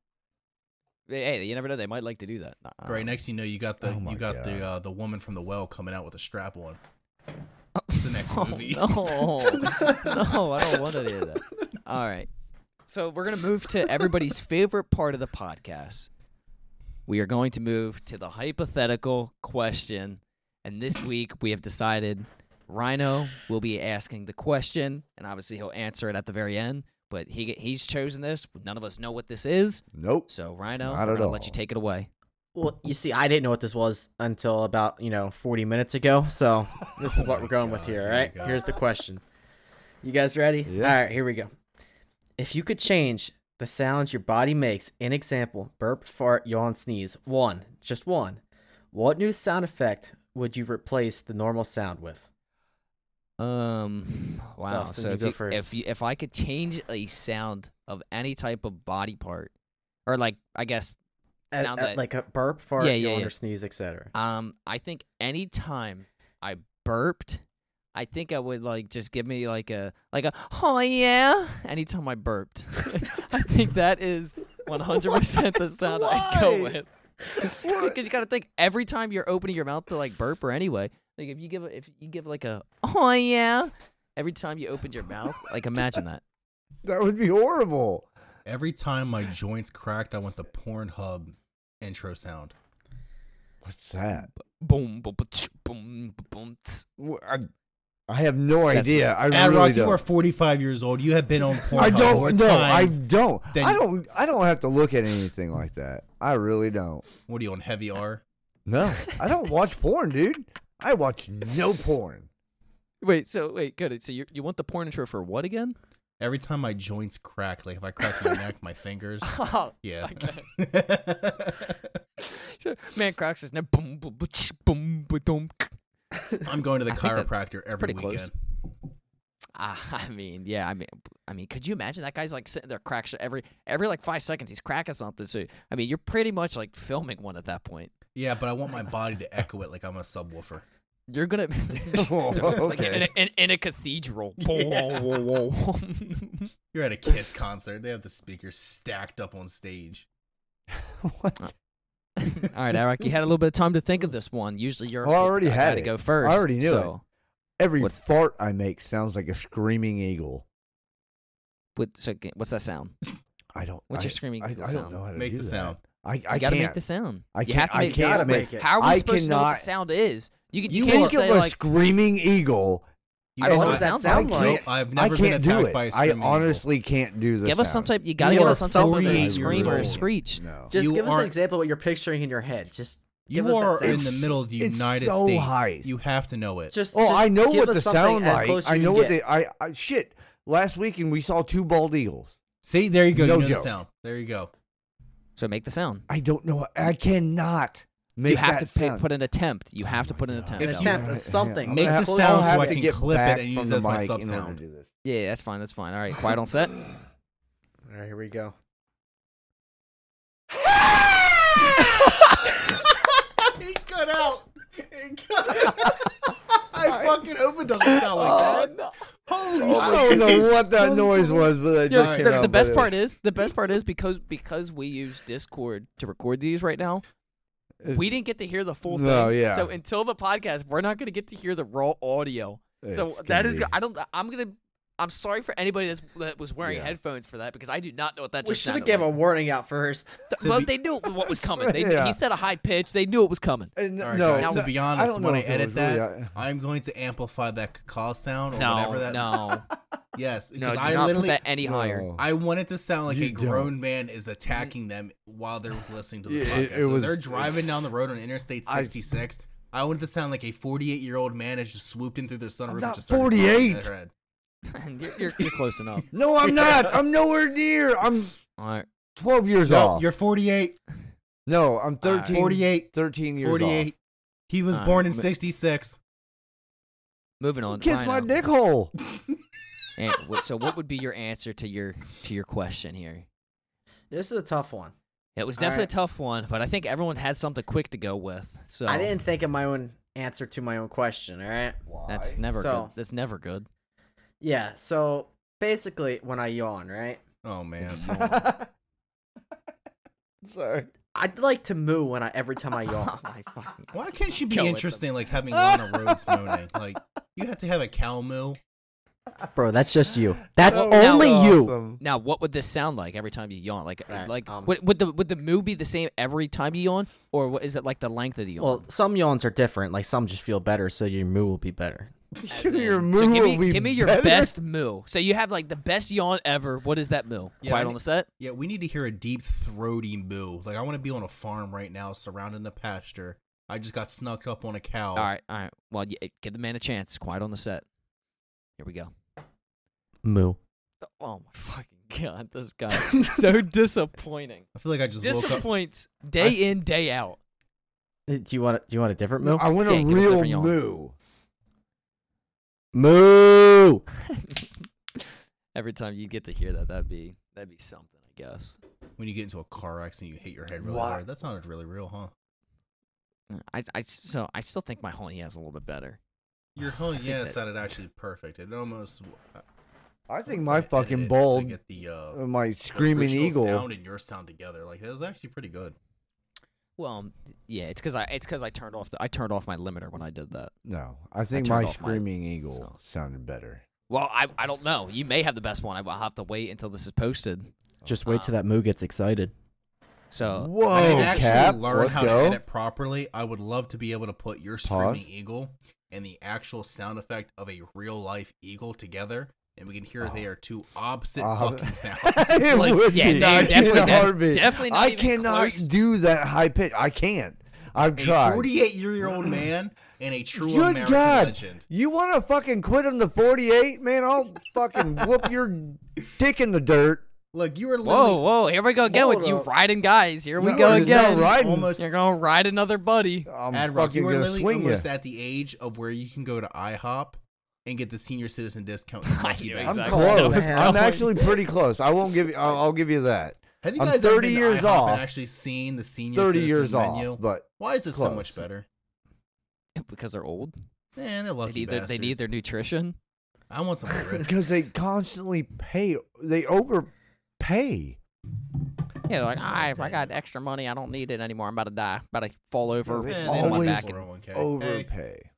Speaker 1: hey, you never know. They might like to do that. I don't
Speaker 4: Right.
Speaker 1: know.
Speaker 4: Next, you know, you got the
Speaker 3: Oh my
Speaker 4: you got
Speaker 3: God.
Speaker 4: the uh, the woman from the well coming out with a strap on. It's the next
Speaker 1: Oh,
Speaker 4: movie.
Speaker 1: no, no, I don't want to hear that. All right, so we're gonna move to everybody's favorite part of the podcast. We are going to move to the hypothetical question, and this week we have decided Rhino will be asking the question, and obviously he'll answer it at the very end. But he he's chosen this. None of us know what this is,
Speaker 3: Nope.
Speaker 1: so Rhino,
Speaker 3: Not
Speaker 1: I'm
Speaker 3: at
Speaker 1: gonna let
Speaker 3: all.
Speaker 1: you take it away.
Speaker 2: Well, you see, I didn't know what this was until about you know 40 minutes ago. So this is
Speaker 4: Oh
Speaker 2: what
Speaker 4: my
Speaker 2: we're going with
Speaker 4: God,
Speaker 2: here.
Speaker 4: here
Speaker 2: All
Speaker 4: we
Speaker 2: right,
Speaker 4: go.
Speaker 2: here's the question. You guys ready?
Speaker 3: Yeah.
Speaker 2: All right, here we go. If you could change the sounds your body makes, in example, burp, fart, yawn, sneeze, one, just one, what new sound effect would you replace the normal sound with?
Speaker 1: Um. Wow.
Speaker 2: Dustin,
Speaker 1: so
Speaker 2: you
Speaker 1: if
Speaker 2: go
Speaker 1: you,
Speaker 2: first.
Speaker 1: if you, if I could change a sound of any type of body part, or like I guess
Speaker 2: A-
Speaker 1: sound
Speaker 2: a-
Speaker 1: that
Speaker 2: Uh, like a burp, fart,
Speaker 1: Yeah, yeah,
Speaker 2: yawn,
Speaker 1: yeah.
Speaker 2: or sneeze, etc.
Speaker 1: um I think any time I burped, I think I would like just give me like a like a oh yeah anytime I burped. I think that is one hundred percent the sound I'd go
Speaker 3: Why?
Speaker 1: with. Because you got to think every time you're opening your mouth to like burp or anyway, like if you give a- if you give like a oh yeah every time you opened your mouth, like imagine that.
Speaker 3: That would be horrible.
Speaker 4: Every time my joints cracked, I went the Pornhub intro sound.
Speaker 3: What's that?
Speaker 1: boom, boom, ba-ch, boom, ba- boom. tss.
Speaker 3: Wh- I, I have no
Speaker 1: Yes.
Speaker 3: idea. I
Speaker 4: Ad
Speaker 3: really
Speaker 4: Rock, you are
Speaker 3: don't.
Speaker 4: 45 years old. You have been on Pornhub
Speaker 3: I
Speaker 4: more
Speaker 3: don't. No, I
Speaker 4: times.
Speaker 3: don't.
Speaker 4: than-
Speaker 3: I don't. I don't have to look at anything like that. I really don't.
Speaker 4: What are you on heavy R?
Speaker 3: No, I don't watch porn, dude. I watch no porn.
Speaker 1: Wait, so wait, good. So you you want the porn intro for what again?
Speaker 4: Every time my joints crack, like if I crack my neck, my fingers.
Speaker 1: Oh,
Speaker 4: Yeah.
Speaker 1: Okay.
Speaker 4: I'm
Speaker 1: so man cracks his neck. Boom, boom, ba-ch, boom, ba-dum.
Speaker 4: going to the
Speaker 1: I think that-
Speaker 4: chiropractor every
Speaker 1: pretty
Speaker 4: weekend.
Speaker 1: close. Ah, I mean, yeah, I mean, I mean, could you imagine that guy's like sitting there cracks every every like five seconds he's cracking something. So I mean, you're pretty much like filming one at that point.
Speaker 4: Yeah, but I want my body to echo it like I'm a subwoofer.
Speaker 1: You're gonna
Speaker 3: Oh,
Speaker 1: so, like in,
Speaker 3: okay.
Speaker 1: a, in, in a cathedral.
Speaker 4: Yeah.
Speaker 1: Whoa, whoa, whoa.
Speaker 4: You're at a Kiss concert. They have the speakers stacked up on stage.
Speaker 3: What?
Speaker 1: All right, Eric, you had a little bit of time to think of this one. Usually, you're
Speaker 3: Oh, I already
Speaker 1: I
Speaker 3: had
Speaker 1: gotta
Speaker 3: it.
Speaker 1: go first.
Speaker 3: I already knew it.
Speaker 1: so.
Speaker 3: Every
Speaker 1: What's-
Speaker 3: fart I make sounds like a screaming eagle.
Speaker 1: What, so, g- what's that sound?
Speaker 3: I don't.
Speaker 1: What's
Speaker 3: I,
Speaker 1: your screaming
Speaker 3: I, I
Speaker 1: eagle
Speaker 3: don't
Speaker 1: sound?
Speaker 3: know how to
Speaker 4: Make
Speaker 3: do
Speaker 4: the
Speaker 3: that.
Speaker 4: sound.
Speaker 3: I, I
Speaker 1: you gotta
Speaker 3: can't.
Speaker 1: make the sound.
Speaker 3: I
Speaker 1: you
Speaker 3: can't-
Speaker 1: have to
Speaker 3: I
Speaker 1: make.
Speaker 3: can't
Speaker 1: the
Speaker 3: make
Speaker 1: sound.
Speaker 2: it.
Speaker 1: How are we
Speaker 3: I
Speaker 1: supposed to know what the
Speaker 3: cannot-
Speaker 1: sound is? You can. You,
Speaker 3: You
Speaker 1: can't
Speaker 3: think of
Speaker 1: say
Speaker 3: a
Speaker 1: like.
Speaker 3: screaming eagle.
Speaker 4: You
Speaker 1: I don't
Speaker 4: know
Speaker 1: know
Speaker 4: what?
Speaker 1: what that
Speaker 2: I
Speaker 1: sound
Speaker 2: can't-
Speaker 1: like.
Speaker 4: Nope, I've
Speaker 3: I
Speaker 4: never been
Speaker 3: can't do
Speaker 4: attacked
Speaker 3: it.
Speaker 4: by a
Speaker 3: I
Speaker 4: screaming eagle.
Speaker 3: honestly can't do the.
Speaker 1: Give us some
Speaker 3: sound.
Speaker 1: type. You gotta
Speaker 2: You
Speaker 1: give
Speaker 2: are
Speaker 1: us some type of
Speaker 4: 40
Speaker 1: a
Speaker 4: years
Speaker 1: scream or a
Speaker 4: old.
Speaker 1: screech.
Speaker 3: No.
Speaker 2: Just
Speaker 4: You
Speaker 2: give us an
Speaker 4: aren't-
Speaker 2: example of what you're picturing in your head. Just
Speaker 4: You
Speaker 2: give us that
Speaker 4: are
Speaker 2: sound.
Speaker 4: in the middle of the
Speaker 3: It's
Speaker 4: United
Speaker 3: so
Speaker 4: States.
Speaker 3: high.
Speaker 4: You have to know it.
Speaker 2: just.
Speaker 3: Oh,
Speaker 2: just
Speaker 3: I know
Speaker 2: give
Speaker 3: what
Speaker 2: us
Speaker 3: the
Speaker 2: something
Speaker 3: sound
Speaker 2: as
Speaker 3: like.
Speaker 2: close as
Speaker 3: I
Speaker 2: you
Speaker 3: know
Speaker 2: can get.
Speaker 3: what they. I, I shit. Last weekend we saw two bald eagles.
Speaker 4: See, there you go.
Speaker 3: No
Speaker 4: you know the
Speaker 3: joke.
Speaker 4: sound. There you go.
Speaker 1: So make the sound.
Speaker 3: I don't know. I cannot make
Speaker 1: you have to
Speaker 3: that
Speaker 1: pi-
Speaker 3: sound.
Speaker 1: put an attempt. You
Speaker 3: Oh
Speaker 1: have to
Speaker 3: my
Speaker 1: put an
Speaker 3: God.
Speaker 1: attempt.
Speaker 4: If
Speaker 1: out.
Speaker 4: you-
Speaker 2: Attempt is something.
Speaker 3: I'll
Speaker 4: Makes
Speaker 3: have-
Speaker 4: the sound
Speaker 3: I'll
Speaker 4: so
Speaker 3: have
Speaker 4: I
Speaker 3: to
Speaker 4: can
Speaker 3: get
Speaker 4: clip it
Speaker 3: back
Speaker 4: and
Speaker 3: from
Speaker 4: use
Speaker 3: the
Speaker 4: as my
Speaker 3: mic in order
Speaker 4: sub-sound.
Speaker 3: to do this.
Speaker 1: yeah, that's fine. That's fine. All right, quiet on set.
Speaker 2: All right, here we go.
Speaker 4: it cut out. It cut I fucking hope it doesn't sound like that. Holy
Speaker 3: Oh, I don't know what that noise was, but that
Speaker 1: Yeah,
Speaker 4: Alright,
Speaker 3: just came
Speaker 1: the,
Speaker 3: out
Speaker 1: the best
Speaker 3: better.
Speaker 1: part is the best part is because because we use Discord to record these right now. We didn't get to hear the full
Speaker 3: No,
Speaker 1: thing.
Speaker 3: Oh, yeah.
Speaker 1: So until the podcast, we're not going to get to hear the raw audio. so
Speaker 3: It's
Speaker 1: that
Speaker 3: gonna
Speaker 1: is
Speaker 3: be-
Speaker 1: I don't I'm going to I'm sorry for anybody that's, that was wearing
Speaker 3: Yeah.
Speaker 1: headphones for that because I do not know what that
Speaker 2: we
Speaker 1: just
Speaker 2: should have
Speaker 1: sounded
Speaker 2: gave a
Speaker 1: like.
Speaker 2: warning out first.
Speaker 1: Th- Well, they knew what was coming. They,
Speaker 3: Yeah.
Speaker 1: He said a high pitch. They knew it was coming.
Speaker 3: And,
Speaker 4: All right,
Speaker 3: no,
Speaker 4: guys,
Speaker 1: now-
Speaker 4: to be honest,
Speaker 3: don't know
Speaker 4: when I
Speaker 3: if it was
Speaker 4: edit that,
Speaker 3: really a-
Speaker 4: I'm going to amplify that caca sound or
Speaker 1: No,
Speaker 4: whatever that.
Speaker 1: no,
Speaker 4: Yes,
Speaker 1: no.
Speaker 4: because
Speaker 1: do
Speaker 4: I
Speaker 1: not
Speaker 4: literally
Speaker 1: put that any higher.
Speaker 3: No.
Speaker 4: I want it to sound like
Speaker 3: You
Speaker 4: a
Speaker 3: don't.
Speaker 4: grown man is attacking them while they're listening to this
Speaker 3: Yeah, it-
Speaker 4: podcast.
Speaker 3: it
Speaker 4: So
Speaker 3: was-
Speaker 4: they're driving down the road on Interstate
Speaker 3: I-
Speaker 4: 66. I, want it to sound like a 48 year old man has just swooped in through their sunroof. and
Speaker 3: not
Speaker 4: just started popping
Speaker 3: 48.
Speaker 4: their head.
Speaker 1: you're, you're, you're close enough.
Speaker 3: No, I'm not. I'm nowhere near. I'm
Speaker 1: All right.
Speaker 3: 12 years
Speaker 4: No,
Speaker 3: off.
Speaker 4: you're 48.
Speaker 3: No, I'm
Speaker 1: All right.
Speaker 3: 13.
Speaker 4: 48.
Speaker 3: 13 years
Speaker 4: 48. He was
Speaker 1: All
Speaker 4: born
Speaker 1: right,
Speaker 4: in
Speaker 1: ma-
Speaker 4: 66.
Speaker 1: Moving
Speaker 3: off.
Speaker 1: on.
Speaker 3: Kiss
Speaker 1: Rhino.
Speaker 3: my dick hole.
Speaker 1: And wh- so, what would be your answer to your to your question here?
Speaker 2: This is a tough one.
Speaker 1: It was
Speaker 2: All
Speaker 1: definitely
Speaker 2: right.
Speaker 1: a tough one, but I think everyone had something quick to go with. So
Speaker 2: I didn't think of my own answer to my own question. All right.
Speaker 1: That's never good.
Speaker 2: So-
Speaker 1: That's never good.
Speaker 2: Yeah. So basically, when I yawn, right,
Speaker 4: Oh, man.
Speaker 3: Sorry.
Speaker 2: I'd like to moo when I every time I yawn.
Speaker 1: My fucking-
Speaker 4: Why can't you be
Speaker 1: Kill it.
Speaker 4: interesting like having Lana Rhodes moaning? Like, you have to have a cow mill.
Speaker 2: Bro, that's just you. That's
Speaker 1: Well, now-
Speaker 2: only you.
Speaker 3: Awesome.
Speaker 1: Now, what would this sound like every time you yawn? Like,
Speaker 2: All right,
Speaker 1: like
Speaker 2: um,
Speaker 1: would, would the would the moo be the same every time you yawn, or what is it like the length of the yawn?
Speaker 2: Well, some yawns are different. Like some just feel better, so your moo will be better.
Speaker 1: As
Speaker 3: your
Speaker 1: in-
Speaker 3: moo
Speaker 1: so give me,
Speaker 3: will be
Speaker 1: give me your
Speaker 3: better.
Speaker 1: best moo. So you have like the best yawn ever. What is that moo?
Speaker 4: Yeah,
Speaker 1: Quiet
Speaker 4: I
Speaker 1: on
Speaker 4: need-
Speaker 1: the set.
Speaker 4: Yeah, we need to hear a deep throaty moo. Like I want to be on a farm right now, surrounding the pasture. I just got snuck up on a cow.
Speaker 1: All right, all right. Well, y give the man a chance. Quiet on the set. Here we go.
Speaker 2: Moo.
Speaker 1: Oh my fucking god, this guy is so disappointing.
Speaker 4: I feel like I just woke up.
Speaker 1: Disappoints day in day out.
Speaker 2: Uh, Do you want? A, do you want a different moo?
Speaker 3: I want
Speaker 1: Yeah,
Speaker 3: a
Speaker 1: give us a
Speaker 3: real
Speaker 1: different yawn.
Speaker 3: moo.
Speaker 2: Moo.
Speaker 1: Every time you get to hear that, that'd be that'd be something, I guess.
Speaker 4: When you get into a car accident, you hit your head really
Speaker 3: Why-
Speaker 4: hard. That sounded really real, huh?
Speaker 1: I, I so I still think my honey has a little bit better.
Speaker 4: Your whole
Speaker 1: think
Speaker 4: yeah
Speaker 1: that-
Speaker 4: sounded actually perfect. It almost. I
Speaker 3: I think
Speaker 4: I'm
Speaker 3: my
Speaker 4: gonna edit it
Speaker 3: fucking
Speaker 4: to
Speaker 3: bald,
Speaker 4: get the uh,
Speaker 3: uh, my
Speaker 4: the
Speaker 3: screaming
Speaker 4: original
Speaker 3: eagle.
Speaker 4: sound and your sound together. Like that was actually pretty good.
Speaker 1: Well, um, yeah, it's because I it's because I turned off the I turned off my limiter when I did that.
Speaker 3: No, I think
Speaker 1: turned
Speaker 3: my
Speaker 1: off my
Speaker 3: screaming eagle
Speaker 1: sound.
Speaker 3: sounded better.
Speaker 1: Well, I I don't know. You may have the best one. I will have to wait until this is posted.
Speaker 2: Just wait till that moo gets excited.
Speaker 1: So
Speaker 3: Whoa,
Speaker 4: I didn't actually
Speaker 3: Oh, Cap,
Speaker 4: learn
Speaker 3: let's
Speaker 4: how
Speaker 3: go.
Speaker 4: to edit properly. I would love to be able to put your
Speaker 3: Pause.
Speaker 4: screaming eagle and the actual sound effect of a real life eagle together, and we can hear
Speaker 3: Oh.
Speaker 4: they are two opposite
Speaker 3: Uh,
Speaker 4: fucking sounds.
Speaker 3: it
Speaker 4: Like,
Speaker 3: would
Speaker 1: Yeah,
Speaker 3: be.
Speaker 1: no,
Speaker 3: in a
Speaker 1: definitely not-
Speaker 3: heartbeat.
Speaker 1: definitely not
Speaker 3: I
Speaker 1: even
Speaker 3: cannot
Speaker 1: close.
Speaker 3: do that high pitch. I can't. I've
Speaker 4: a
Speaker 3: tried.
Speaker 4: 48 year old man and a true
Speaker 3: Good
Speaker 4: American
Speaker 3: God.
Speaker 4: legend.
Speaker 3: You want to fucking quit on the 48, man? I'll fucking whoop your dick in the dirt.
Speaker 4: Look, you were
Speaker 1: whoa,
Speaker 4: literally
Speaker 1: whoa, here we go again with
Speaker 3: Hold
Speaker 1: you
Speaker 3: up.
Speaker 1: riding guys. Here we
Speaker 3: You
Speaker 1: go
Speaker 3: are now
Speaker 1: again.
Speaker 3: riding.
Speaker 4: almost
Speaker 1: You're gonna ride another buddy.
Speaker 3: I'm
Speaker 4: Ad Rock,
Speaker 3: fucking
Speaker 4: you were
Speaker 3: gonna
Speaker 4: literally
Speaker 3: swing you.
Speaker 4: almost at the age of where you can go to IHOP and get the senior citizen discount. in Monkey
Speaker 1: knew
Speaker 4: Bag.
Speaker 3: I'm
Speaker 1: exactly
Speaker 3: close.
Speaker 1: where it was
Speaker 3: I'm
Speaker 1: going.
Speaker 3: actually pretty close. I won't give you. I'll, I'll give you that.
Speaker 4: Have you
Speaker 3: I'm
Speaker 4: guys ever
Speaker 3: 30
Speaker 4: been to
Speaker 3: years
Speaker 4: IHOP and
Speaker 3: off.
Speaker 4: actually seen the senior
Speaker 3: 30
Speaker 4: citizen
Speaker 3: years
Speaker 4: menu?
Speaker 3: off, but
Speaker 4: Why is this so
Speaker 3: close.
Speaker 4: much better?
Speaker 1: Because they're old.
Speaker 4: Man, they're
Speaker 1: They
Speaker 4: lucky
Speaker 1: need, their, they need
Speaker 4: bastards.
Speaker 1: their nutrition.
Speaker 4: I want some grits.
Speaker 3: because they constantly pay. They overpay.
Speaker 1: Yeah, they're like I, I got extra money. I don't need it anymore. I'm about to die. About to fall over.
Speaker 3: they
Speaker 4: Man,
Speaker 1: fall
Speaker 4: Eh,
Speaker 1: on
Speaker 4: they don't
Speaker 1: my
Speaker 3: always
Speaker 4: need
Speaker 1: back. and-
Speaker 4: 401k. Hey,
Speaker 3: Overpay.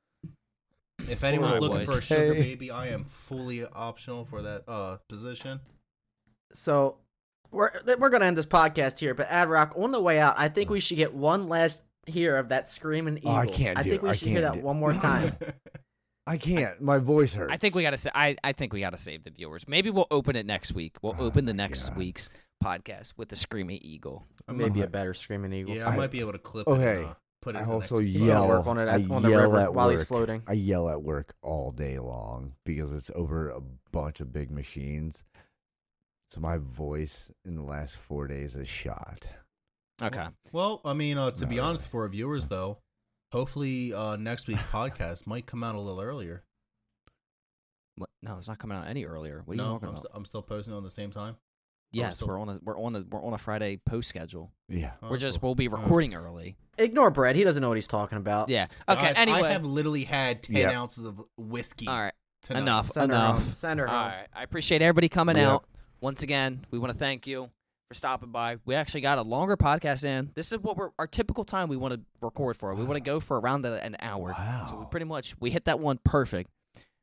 Speaker 4: if anyone's
Speaker 1: Alright,
Speaker 4: looking
Speaker 1: boys.
Speaker 4: for a sugar
Speaker 3: Hey.
Speaker 4: baby, I am fully optional for that uh, position.
Speaker 2: So we're th- we're gonna end this podcast here. But Ad Rock, on the way out, I think we should get one last hear of that screaming eagle.
Speaker 3: Oh, I can't do
Speaker 2: think
Speaker 3: it.
Speaker 2: we
Speaker 3: I
Speaker 2: should hear
Speaker 3: can't
Speaker 2: that
Speaker 3: do it.
Speaker 2: one more time.
Speaker 3: I can't. My voice hurts.
Speaker 1: I think we gotta. Sa- I I think we gotta save the viewers. Maybe we'll open it next week. We'll
Speaker 3: Oh
Speaker 1: open the
Speaker 3: my
Speaker 1: next
Speaker 3: God.
Speaker 1: week's podcast with the screaming eagle.
Speaker 4: I'm
Speaker 2: Maybe
Speaker 4: not-
Speaker 2: a better screaming eagle.
Speaker 4: Yeah, I,
Speaker 3: I-
Speaker 4: might be able to clip it.
Speaker 3: okay.
Speaker 4: And, uh, put it
Speaker 3: I
Speaker 4: in the next
Speaker 3: also
Speaker 4: episode.
Speaker 2: He's gonna
Speaker 3: yell.
Speaker 2: work on it at-
Speaker 3: I
Speaker 2: on the
Speaker 3: yell
Speaker 2: river
Speaker 3: at
Speaker 2: while he's
Speaker 3: work.
Speaker 2: floating.
Speaker 3: I yell at work all day long because it's over a bunch of big machines. So my voice in the last four days is shot.
Speaker 1: Okay.
Speaker 4: Well, I mean, uh, to
Speaker 3: No,
Speaker 4: be
Speaker 3: no,
Speaker 4: honest,
Speaker 3: no.
Speaker 4: for our viewers though, hopefully uh, next week's podcast might come out a little earlier.
Speaker 1: What? No, it's not coming out any earlier. What are you
Speaker 4: no,
Speaker 1: talking
Speaker 4: I'm,
Speaker 1: about?
Speaker 4: st- I'm still posting on the same time. we're
Speaker 1: yes,
Speaker 4: still-
Speaker 1: we're on a we're on a we're on a Friday post schedule.
Speaker 3: Yeah.
Speaker 4: Oh,
Speaker 1: we're
Speaker 4: that's
Speaker 1: just
Speaker 4: cool.
Speaker 1: we'll be
Speaker 4: Oh.
Speaker 1: recording early.
Speaker 2: Ignore Brett. He doesn't know what he's talking about.
Speaker 1: Yeah. Okay.
Speaker 4: Guys,
Speaker 1: anyway.
Speaker 4: I have literally had ten
Speaker 3: Yeah.
Speaker 4: ounces of whiskey.
Speaker 1: all right.
Speaker 4: tonight.
Speaker 1: Enough.
Speaker 2: Send her
Speaker 1: enough.
Speaker 2: home. Send her
Speaker 1: All
Speaker 2: home.
Speaker 1: right. I appreciate everybody coming
Speaker 3: Yep.
Speaker 1: out. Once again, we want to thank you for stopping by. We actually got a longer podcast in. This is what we're our typical time we want to record for. We want to go for around a- an hour. So we
Speaker 3: Wow.
Speaker 1: pretty much we hit that one perfect.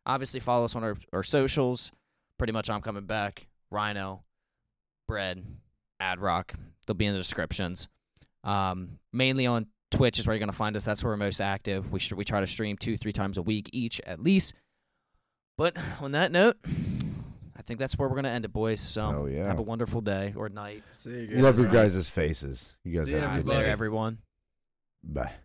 Speaker 1: Obviously follow us on our, our socials. pretty much I'm coming back. Rhino, Bread, Ad Rock. They'll be in the descriptions. Um, mainly on Twitch is where you're gonna find us. That's where we're most active. We sh- we try to stream two three times a week each at least. But on that note, I think that's where we're gonna end it, boys. So
Speaker 3: Oh, yeah.
Speaker 1: have a wonderful day or night.
Speaker 5: See you
Speaker 3: Love your
Speaker 1: Yes.
Speaker 3: guys' faces. You guys
Speaker 4: See
Speaker 3: have a good
Speaker 1: Happy New Year,
Speaker 4: everybody.
Speaker 3: day.
Speaker 1: everyone.
Speaker 3: Bye.